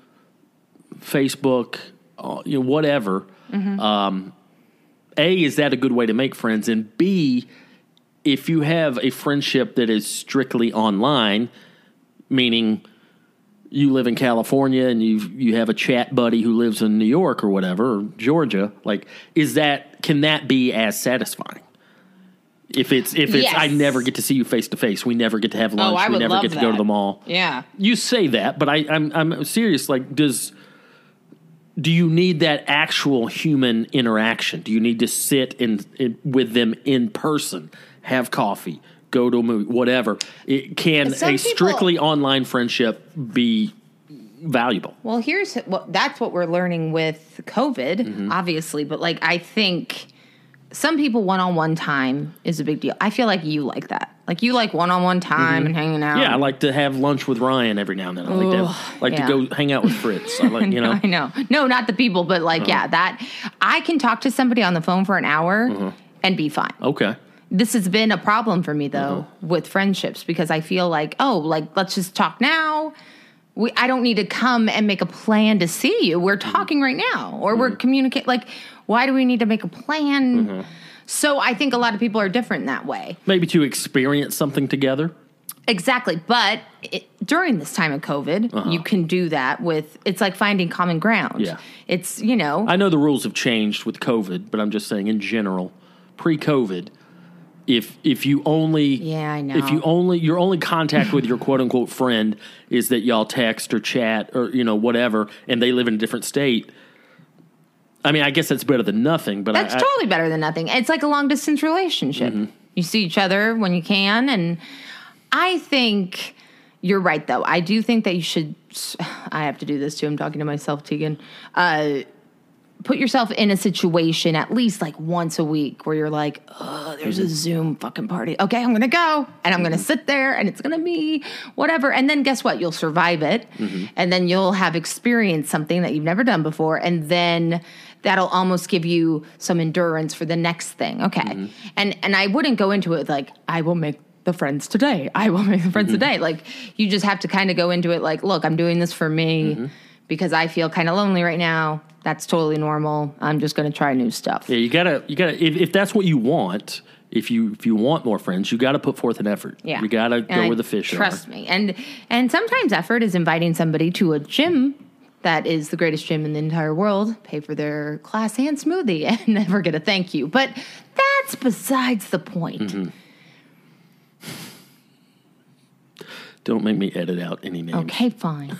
B: Facebook, uh, you know, whatever.
A: Mm-hmm.
B: Um, a is that a good way to make friends? And B, if you have a friendship that is strictly online, meaning you live in California and you you have a chat buddy who lives in New York or whatever, or Georgia, like is that can that be as satisfying? If it's if it's I
A: Yes. Oh,
B: never get to see you face to face, we never get to have lunch,
A: I
B: we
A: would
B: never
A: love
B: get to go to
A: that.
B: the mall.
A: Yeah.
B: You say that, but I, I'm I'm serious. Like, does do you need that actual human interaction? Do you need to sit and and with them in person, have coffee, go to a movie, whatever? It, can
A: Some
B: a
A: people-
B: strictly online friendship be valuable?
A: Well, here's what that's what we're learning with COVID,
B: Mm-hmm.
A: obviously, but like I think some people one on one time is a big deal. I feel like you like that. Like you like one on one time and hanging out.
B: Mm-hmm. Yeah, I like to have lunch with Ryan every now and then. I like to, have- like
A: yeah.
B: to go hang out with Fritz. I like, you know,
A: I know. No, not the people, but like,
B: Uh-huh.
A: yeah, that I can talk to somebody on the phone for an hour
B: Uh-huh.
A: and be fine.
B: okay,
A: this has been a problem for me though with friendships because I feel like, oh, like let's just talk now. We, I don't need to come and make a plan to see you. We're talking right now, or we're communicating. Like, why do we need to make a plan? So I think a lot of people are different that way.
B: maybe to experience something together.
A: Exactly. But it, during this time of COVID, you can do that with. It's like finding common ground.
B: Yeah.
A: It's you know.
B: I know the rules have changed with COVID, but I'm just saying in general, pre-COVID, if if you only
A: Yeah, I know.
B: if you only your only contact with your quote unquote friend is that y'all text or chat or you know whatever, and they live in a different state. I mean, I guess that's better than nothing, but
A: That's
B: I, Mm-hmm. I-
A: totally better than nothing. It's like a long distance relationship. You see each other when you can. And I think you're right, though. I do think that you should. I have to do this too. I'm talking to myself, Tegan. Uh, put yourself in a situation at least like once a week where you're like, oh, there's a Zoom fucking party. Okay, I'm gonna go and I'm gonna sit there and it's gonna be whatever. And then guess what? You'll survive it and then you'll have experienced something that you've never done before. And then that'll almost give you some endurance for the next thing. Okay. And and I wouldn't go into it with, like, I will make the friends today. I will make the friends today. Like you just have to kind of go into it like, look, I'm doing this for me because I feel kind of lonely right now. That's totally normal. I'm just going to try new stuff.
B: yeah, you gotta you gotta if, if that's what you want. if you if you want more friends, you got to put forth an effort.
A: Yeah.
B: you got to
A: And
B: go
A: I-
B: where the fish
A: Trust me. And and sometimes effort is inviting somebody to a gym that is the greatest gym in the entire world, pay for their class and smoothie and never get a thank you. But that's besides the point.
B: Mm-hmm. are. Don't make me edit out any names.
A: Okay, fine.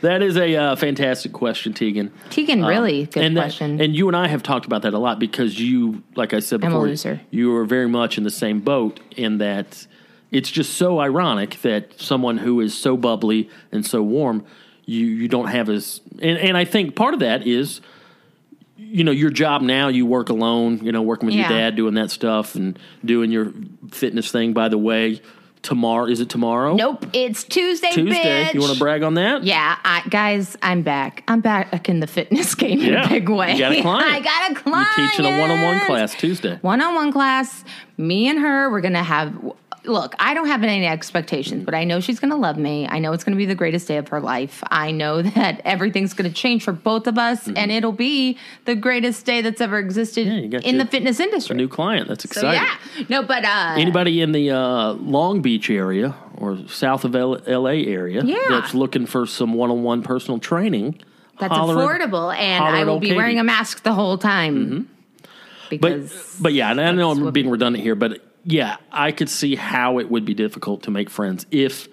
B: That is a uh, fantastic question, Tegan.
A: Tegan, really good
B: Um, and that-
A: question.
B: and you and I have talked about that a lot because you, like I said
A: I'm a
B: before,
A: loser.
B: you are very much in the same boat in that it's just so ironic that someone who is so bubbly and so warm, you, you don't have as. And, and I think part of that is, you know, your job now, you work alone, you know, working with
A: Yeah.
B: your dad, doing that stuff and doing your fitness thing, by the way. Tomorrow, is it tomorrow?
A: nope, it's Tuesday,
B: Tuesday.
A: bitch.
B: You want to brag on that?
A: Yeah, I, guys, I'm back. I'm back in the fitness game in
B: Yeah.
A: a big way.
B: You got a client.
A: I got a
B: You're
A: client.
B: teaching a one-on-one class Tuesday.
A: One-on-one class. Me and her, we're gonna have. Look, I don't have any expectations, but I know she's gonna love me. I know it's gonna be the greatest day of her life. I know that everything's gonna change for both of us, and it'll be the greatest day that's ever existed
B: Mm-hmm. you got
A: in
B: your-
A: the fitness industry.
B: New client. That's
A: so
B: exciting.
A: yeah, no, but uh,
B: Anybody in the uh, Long Beach area or south of L- LA area
A: Yeah.
B: that's looking for some one on one personal training,
A: that's
B: holler at-
A: affordable, and
B: holler
A: I
B: at
A: will
B: old
A: be
B: Katie. Mm-hmm.
A: wearing a mask the whole time.
B: But,
A: Because
B: but yeah, and I know I'm
A: what-
B: being redundant here, but yeah, I could see how it would be difficult to make friends if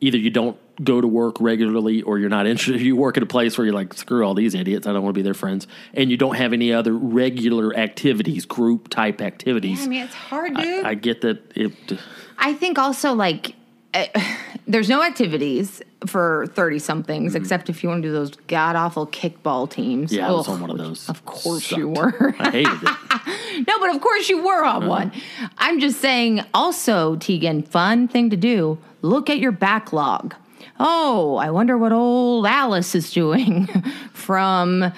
B: either you don't go to work regularly or you're not interested. You work at a place where you're like, screw all these idiots, I don't want to be their friends, and you don't have any other regular activities, group type activities.
A: I mean, it's hard,
B: I-
A: dude.
B: I
A: I,
B: get that it.
A: think also like eh, there's no activities for thirty somethings except if you want to do those god awful kickball teams.
B: Mm-hmm. Yeah, I was
A: Ugh,
B: on one of
A: which
B: those.
A: Of course
B: Sucked. Uh-huh.
A: you were.
B: I hated it.
A: no, but of course you were on one. I'm just saying. Also, Tegan, fun thing to do. Look at your backlog. Oh, I wonder what old Alice is doing from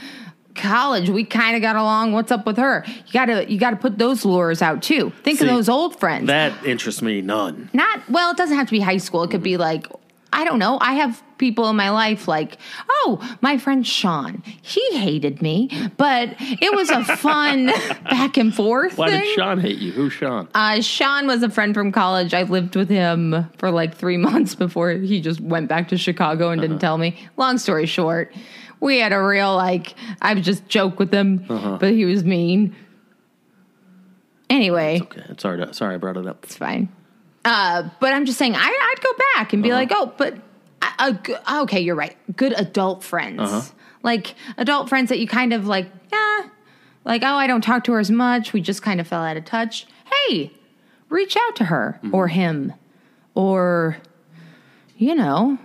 A: college. We kind of got along. What's up with her? You gotta you gotta put those lures out too. Think
B: See,
A: of those old friends.
B: That interests me none.
A: not well it doesn't have to be high school it could
B: Mm-hmm.
A: be like i don't know i have people in my life like oh my friend sean he hated me but it was a fun back and forth
B: Why
A: thing
B: did Sean hate you? Who's Sean?
A: uh, Sean was a friend from college. I lived with him for like three months before he just went back to Chicago and didn't
B: Uh-huh.
A: tell me. Long story short, we had a real like I would just joke with him,
B: Uh-huh.
A: but he was mean. Anyway,
B: okay, sorry, to- sorry, I brought it up.
A: it's fine. Uh, but I'm just saying, I, I'd go back and be
B: Uh-huh.
A: like, oh, but I- a g- okay, you're right. Good adult friends,
B: Uh-huh.
A: like adult friends that you kind of like, yeah, like oh, I don't talk to her as much. We just kind of fell out of touch. Hey, reach out to her
B: Mm-hmm.
A: or him or you know.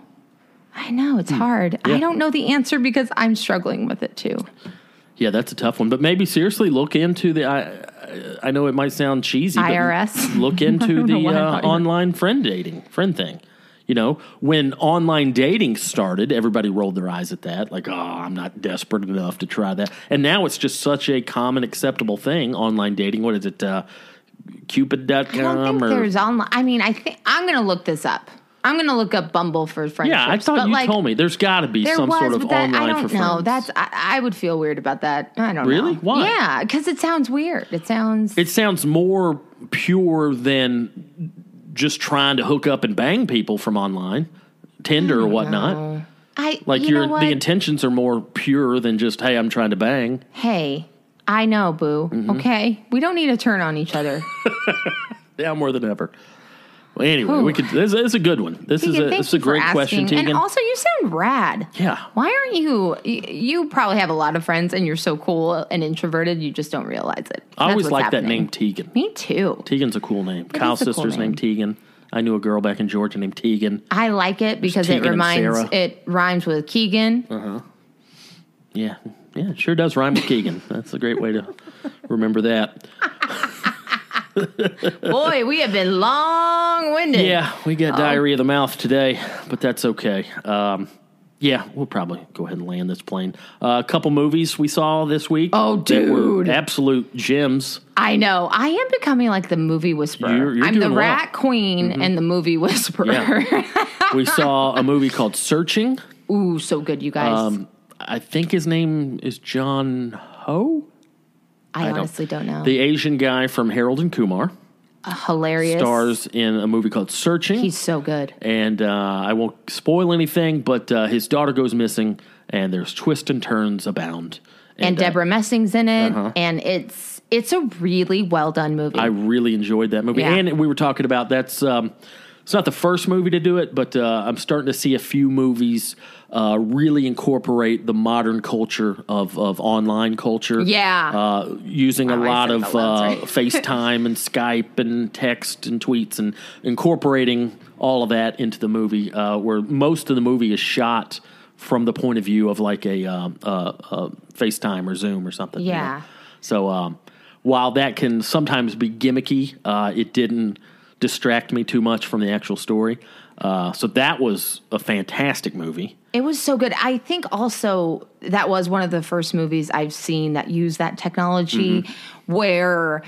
A: I know it's hard.
B: Hmm. Yeah.
A: I don't know the answer because I'm struggling with it too.
B: Yeah, that's a tough one. But maybe seriously, look into the. I, I know it might sound cheesy. but
A: IRS.
B: look into
A: know
B: the
A: why I
B: uh,
A: thought you were-
B: online friend dating friend thing. You know, when online dating started, everybody rolled their eyes at that, like, "Oh, I'm not desperate enough to try that." And now it's just such a common, acceptable thing. Online dating. What is it? Uh, Cupid.com
A: I don't think
B: or
A: there's online. I mean, I think I'm gonna look this up. I'm gonna look up Bumble for friendships.
B: yeah, I thought
A: but,
B: you
A: like,
B: told me there's got to be
A: There
B: some
A: was,
B: sort of
A: but that,
B: online
A: I don't
B: for
A: know.
B: friends.
A: That's I, I would feel weird about that. I don't
B: Really?
A: know.
B: Why?
A: Yeah, because it sounds weird. It sounds
B: it sounds more pure than just trying to hook up and bang people from online, Tinder or whatnot.
A: I
B: Like
A: Hmm, you
B: your
A: know what?
B: the intentions are more pure than just hey, I'm trying to bang.
A: hey, I know, boo.
B: Mm-hmm.
A: Okay, we don't need to turn on each other.
B: Yeah, more than ever. Well, anyway,
A: Whew.
B: we could. This, this is a good one. This
A: Tegan,
B: is a
A: thank
B: this is a
A: you for
B: great question,
A: asking.
B: Tegan.
A: And also, you sound rad.
B: Yeah.
A: Why aren't you? y- You probably have a lot of friends, and you're so cool and introverted. You just don't realize it.
B: I
A: That's
B: always
A: what's
B: like that
A: happening.
B: name Tegan.
A: Me too.
B: Tegan's a cool name. Kyle's
A: is a cool
B: sister's
A: name.
B: named Tegan. I knew a girl back in Georgia named Tegan.
A: I like it because it
B: Tegan and
A: reminds
B: Sarah.
A: it rhymes with Keegan.
B: Yeah, yeah, it sure does rhyme with Keegan. That's a great way to remember that.
A: Boy, we have been long winded.
B: Yeah, we
A: Um,
B: got diarrhea of the mouth today, but that's okay. Um, yeah, we'll probably go ahead and land this plane. Uh, a couple movies we saw this week.
A: Oh,
B: that were
A: dude.
B: absolute gems.
A: I know. I am becoming like the movie whisperer.
B: You're- you're
A: I'm the
B: doing well. Mm-hmm.
A: rat queen and the movie whisperer.
B: We saw a movie called Searching.
A: Ooh, so good, you guys.
B: Um, I think his name is John Ho.
A: I, honestly don't, know.
B: The Asian guy from Harold and Kumar
A: Hilarious.
B: stars in a movie called Searching.
A: He's so good.
B: and uh, I won't spoil anything, but uh, his daughter goes missing, and there's twists and turns abound.
A: And
B: uh, Uh-huh.
A: Deborah Messing's in it, and it's it's a really well done movie.
B: I really enjoyed that movie.
A: Yeah.
B: And we were talking about that's um, it's not the first movie to do it, but uh, I'm starting to see a few movies uh, really incorporate the modern culture of of online culture.
A: Yeah.
B: uh, using a
A: Wow, I
B: lot
A: said
B: of
A: that
B: uh,
A: loud, sorry.
B: FaceTime and Skype and text and tweets and incorporating all of that into the movie, uh, where most of the movie is shot. From the point of view of like a uh, uh, uh, FaceTime or Zoom or something, you know?
A: Yeah.
B: So um, while that can sometimes be gimmicky, uh, it didn't distract me too much from the actual story. Uh, so that was a fantastic movie.
A: It was so good. I think also that was one of the first movies I've seen that used that technology
B: Mm-hmm.
A: where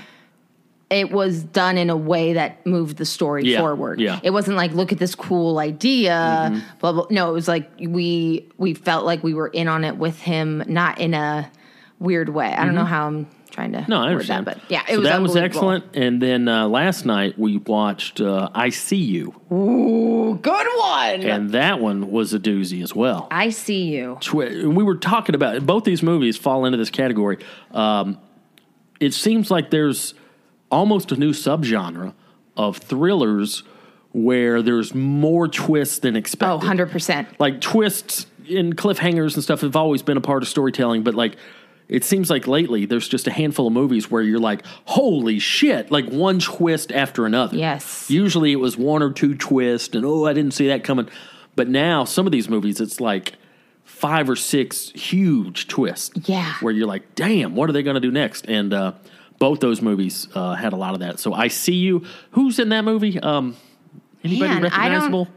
A: it was done in a way that moved the story
B: Yeah,
A: forward.
B: yeah. Mm-hmm.
A: It wasn't like look at this cool idea, blah blah. No, it was like we we felt like we were in on it with him, not in a weird way. I don't know how I'm trying to
B: Mm-hmm. No, I
A: word that,
B: understand.
A: but yeah, it
B: so
A: was
B: that was
A: unbelievable.
B: excellent. And then uh, last night we watched uh, I See You,
A: Ooh, good one.
B: and that one was a doozy as well.
A: I see you.
B: Twi- and we were talking about both these movies fall into this category. Um, it seems like there's almost a new subgenre of thrillers where there's more twists than
A: Oh,
B: expected.
A: 100%.
B: like twists and cliffhangers and stuff have always been a part of storytelling, but like it seems like lately there's just a handful of movies where you're like, holy shit, like one twist after another.
A: Yes.
B: Usually it was one or two twists and oh, I didn't see that coming. But now some of these movies it's like five or six huge twists.
A: Yeah.
B: Where you're like, damn, what are they gonna do next? And uh both those movies uh, had a lot of that. So I see you. Who's in that movie? Um anybody
A: Man, I don't- uh,
B: recognizable?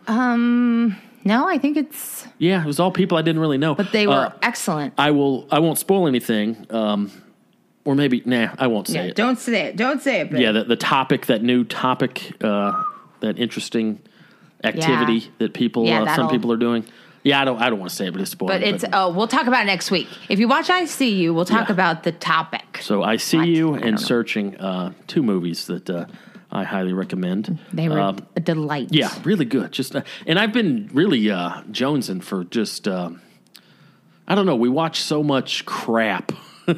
A: No, I think it's
B: Yeah, it was all people I didn't really know.
A: But they were
B: Uh,
A: excellent.
B: I will. I won't spoil anything. Um, or maybe nah. I won't say
A: Yeah,
B: it.
A: don't say it. Don't say it. Babe.
B: yeah, the, the topic, that new topic, uh, that interesting activity
A: Yeah.
B: that people,
A: Yeah,
B: uh, some
A: that'll-
B: people are doing. Yeah, I don't. I don't want to say it, but it's spoiling.
A: but it's oh, we'll talk about it next week. If you watch I See You, we'll talk
B: Yeah.
A: about the topic.
B: so I see
A: What?
B: you
A: I don't know.
B: and searching uh, two movies that uh, I highly recommend.
A: They were
B: Uh,
A: a delight.
B: Yeah, really good. Just uh, and I've been really uh, jonesing for just um, I don't know. We watch so much crap.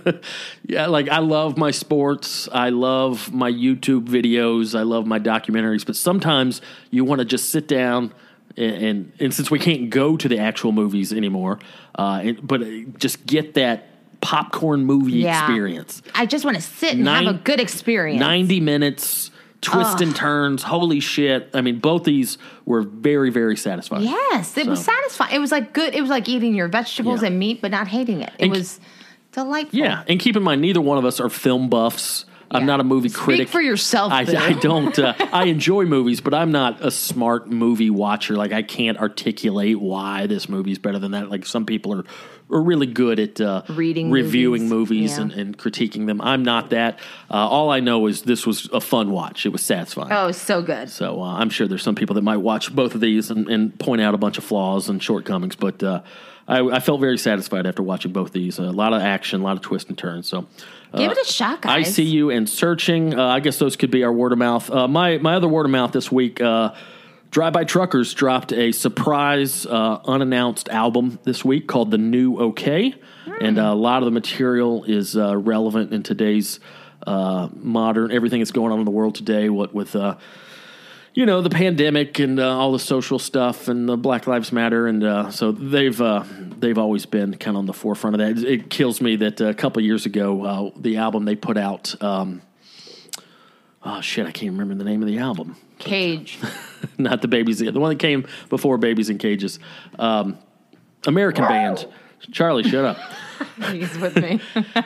B: yeah, like I love my sports. I love my YouTube videos. I love my documentaries. But sometimes you want to just sit down. And, and and since we can't go to the actual movies anymore, uh, and, but uh, just get that popcorn movie
A: Yeah.
B: experience.
A: I just want to sit and
B: Nine-
A: have a good experience.
B: 90 minutes, twists and turns. Holy shit. I mean, both these were very, very satisfying.
A: Yes, it was
B: So-
A: satisfying. It was like good. It was like eating your vegetables
B: Yeah.
A: and meat, but not hating it. It
B: And-
A: was delightful.
B: Yeah. And keep in mind, neither one of us are film buffs. I'm
A: Yeah.
B: not a movie
A: Speak
B: critic.
A: for yourself,
B: I,
A: boo.
B: I don't. Uh, I enjoy movies, but I'm not a smart movie watcher. Like I can't articulate why this movie's better than that. Like some people are are really good at uh,
A: Reading
B: reviewing
A: movies.
B: movies,
A: Yeah.
B: and, and critiquing them. I'm not that. Uh, all I know is this was a fun watch. It was satisfying.
A: Oh, so good.
B: So uh, I'm sure there's some people that might watch both of these and, and point out a bunch of flaws and shortcomings, but uh, I, I felt very satisfied after watching both these. A lot of action, a lot of twists and turns. So uh,
A: Give it a shot,
B: I
A: guys.
B: see you and searching. Uh, I guess those could be our word of mouth. Uh, my my other word of mouth this week. Uh, Drive By Truckers dropped a surprise, uh, unannounced album this week called The New OK. And uh, a lot of the material is uh, relevant in today's uh, modern, everything that's going on in the world today, what with uh, you know the pandemic and uh, all the social stuff and the Black Lives Matter and uh, so they've uh, they've always been kind of on the forefront of that. It kills me that uh, a couple years ago uh, the album they put out. Um, oh shit, I can't remember the name of the album.
A: Cage.
B: Not the babies, the one that came before Babies in Cages. Um, American band. Charlie, shut up.
A: He's with me.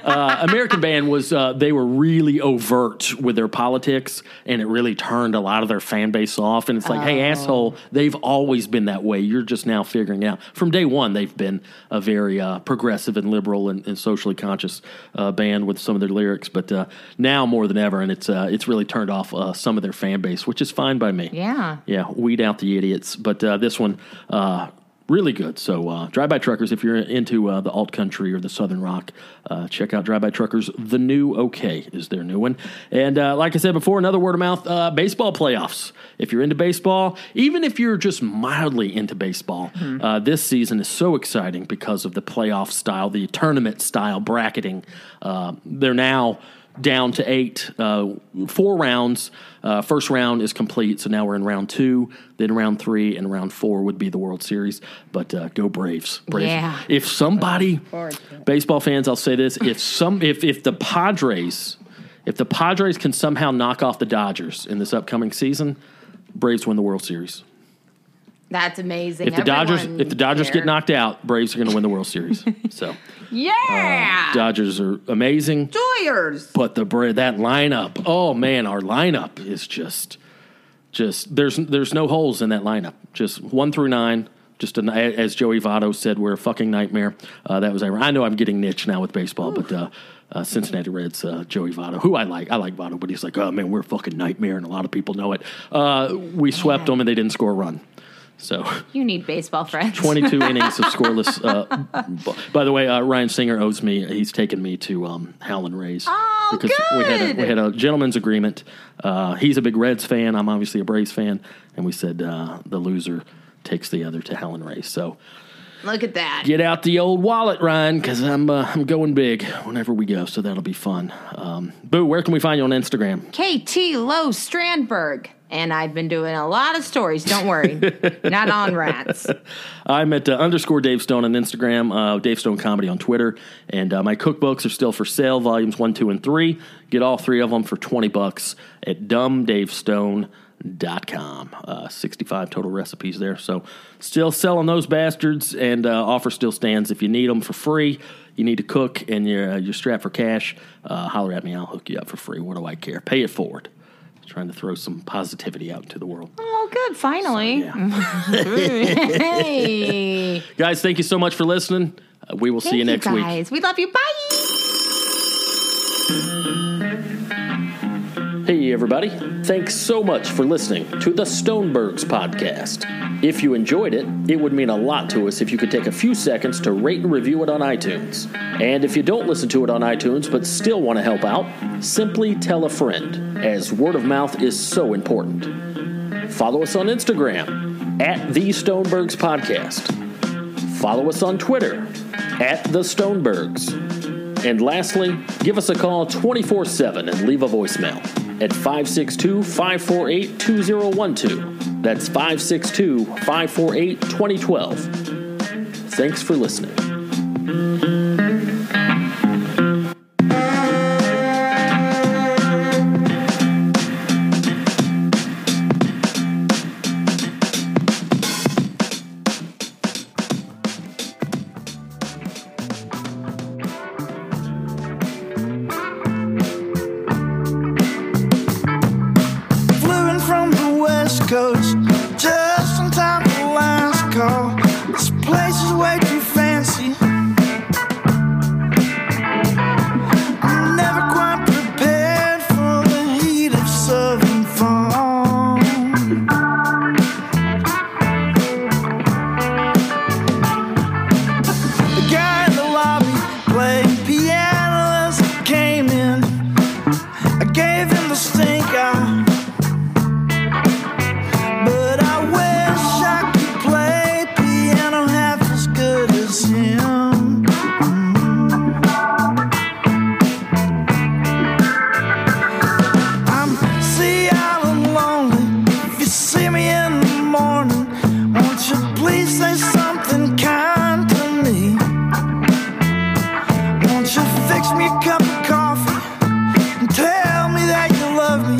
B: American Band was uh, they were really overt with their politics, and it really turned a lot of their fan base off. And it's like, hey, asshole, they've always been that way. You're just now figuring out from day one they've been a very uh, progressive and liberal and, and socially conscious uh, band with some of their lyrics, but uh, now more than ever, and it's uh, it's really turned off uh, some of their fan base, which is fine by me.
A: Yeah.
B: Yeah, weed out the idiots. But uh, this one, uh, Really good. So, uh, Drive By Truckers, if you're into uh, the alt country or the southern rock, uh, check out Drive By Truckers. The new OK is their new one. And uh, like I said before, another word of mouth uh, baseball playoffs. If you're into baseball, even if you're just mildly into baseball, uh, this season is so exciting because of the playoff style, the tournament style bracketing. Uh, they're now down to eight, uh, four rounds. Uh, first round is complete, so now we're in round two, then round three, and round four would be the World Series. But uh, go Braves! Braves.
A: Yeah.
B: If somebody,
E: forward to it.
B: baseball fans, I'll say this: if some, if if the Padres, if the Padres can somehow knock off the Dodgers in this upcoming season, Braves win the World Series.
A: That's amazing.
B: If the Dodgers,
A: Everyone
B: if the Dodgers
A: here.
B: get knocked out, Braves are going to win the World Series. So,
A: yeah,
B: Dodgers are amazing.
A: Doyers.
B: But the Bra- that lineup, oh man, our lineup is just, just there's there's no holes in that lineup. Just one through nine. Just an, as Joey Votto said, we're a fucking nightmare. Uh, that was I know I'm getting niche now with baseball, but uh, uh, Cincinnati Reds uh, Joey Votto, who I like, I like Votto, but he's like, oh man, we're a fucking nightmare, and a lot of people know it. Uh, we swept them, and they didn't score a run. So
A: You need baseball friends.
B: 22 innings of scoreless. Uh, b- by the way, uh, Ryan Singer owes me. He's taken me to um, Howlin' Rays
A: Oh,
B: we had a,
A: good.
B: we had a gentleman's agreement. Uh, he's a big Reds fan. I'm obviously a Braves fan, and we said uh, the loser takes the other to Howlin' Rays. So
A: Look at that.
B: get out the old wallet, Ryan, because I'm uh, I'm going big whenever we go. So that'll be fun. Um, Boo, where can we find you on Instagram?
A: KT Lowe Strandberg. And I've been doing a lot of stories. Don't worry, not on rats.
B: I'm at uh, underscore Dave Stone on Instagram, uh, Dave Stone Comedy on Twitter, and uh, my cookbooks are still for sale, volumes one, two, and three. Get all three of them for twenty bucks at dumbdavestone.com. Uh, Sixty-five total recipes there, so still selling those bastards, and uh, offer still stands if you need them for free. You need to cook and you're uh, you're strapped for cash. Uh, holler at me, I'll hook you up for free. What do I care? Pay it forward. Trying to throw some positivity out into the world.
A: Oh, good. Finally.
B: Yeah.
A: hey.
B: Guys, thank you so much for listening. Uh, we will see you next week.
A: guys. We love you. Bye.
B: Hey, everybody. Thanks so much for listening to the Stonebergs podcast. If you enjoyed it, it would mean a lot to us if you could take a few seconds to rate and review it on iTunes. And if you don't listen to it on iTunes but still want to help out, simply tell a friend, as word of mouth is so important. Follow us on Instagram at the Stonebergs podcast. Follow us on Twitter at the Stonebergs. And lastly, give us a call 24 7 and leave a voicemail at 562 548 2012. That's 562 548 2012. Thanks for listening.
F: Flew in from the west coast just in time for last call. This place is way too fancy. I'm never quite prepared for the heat of southern fall. The guy in the lobby playing piano as I came in. I gave him the stink eye. But I wish I could play piano half as good as him. Mm. I'm Sea Island lonely. If you see me in the morning, won't you please say something kind to me? Won't you fix me a cup of coffee and tell me that you love me?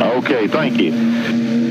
E: Okay, thank you.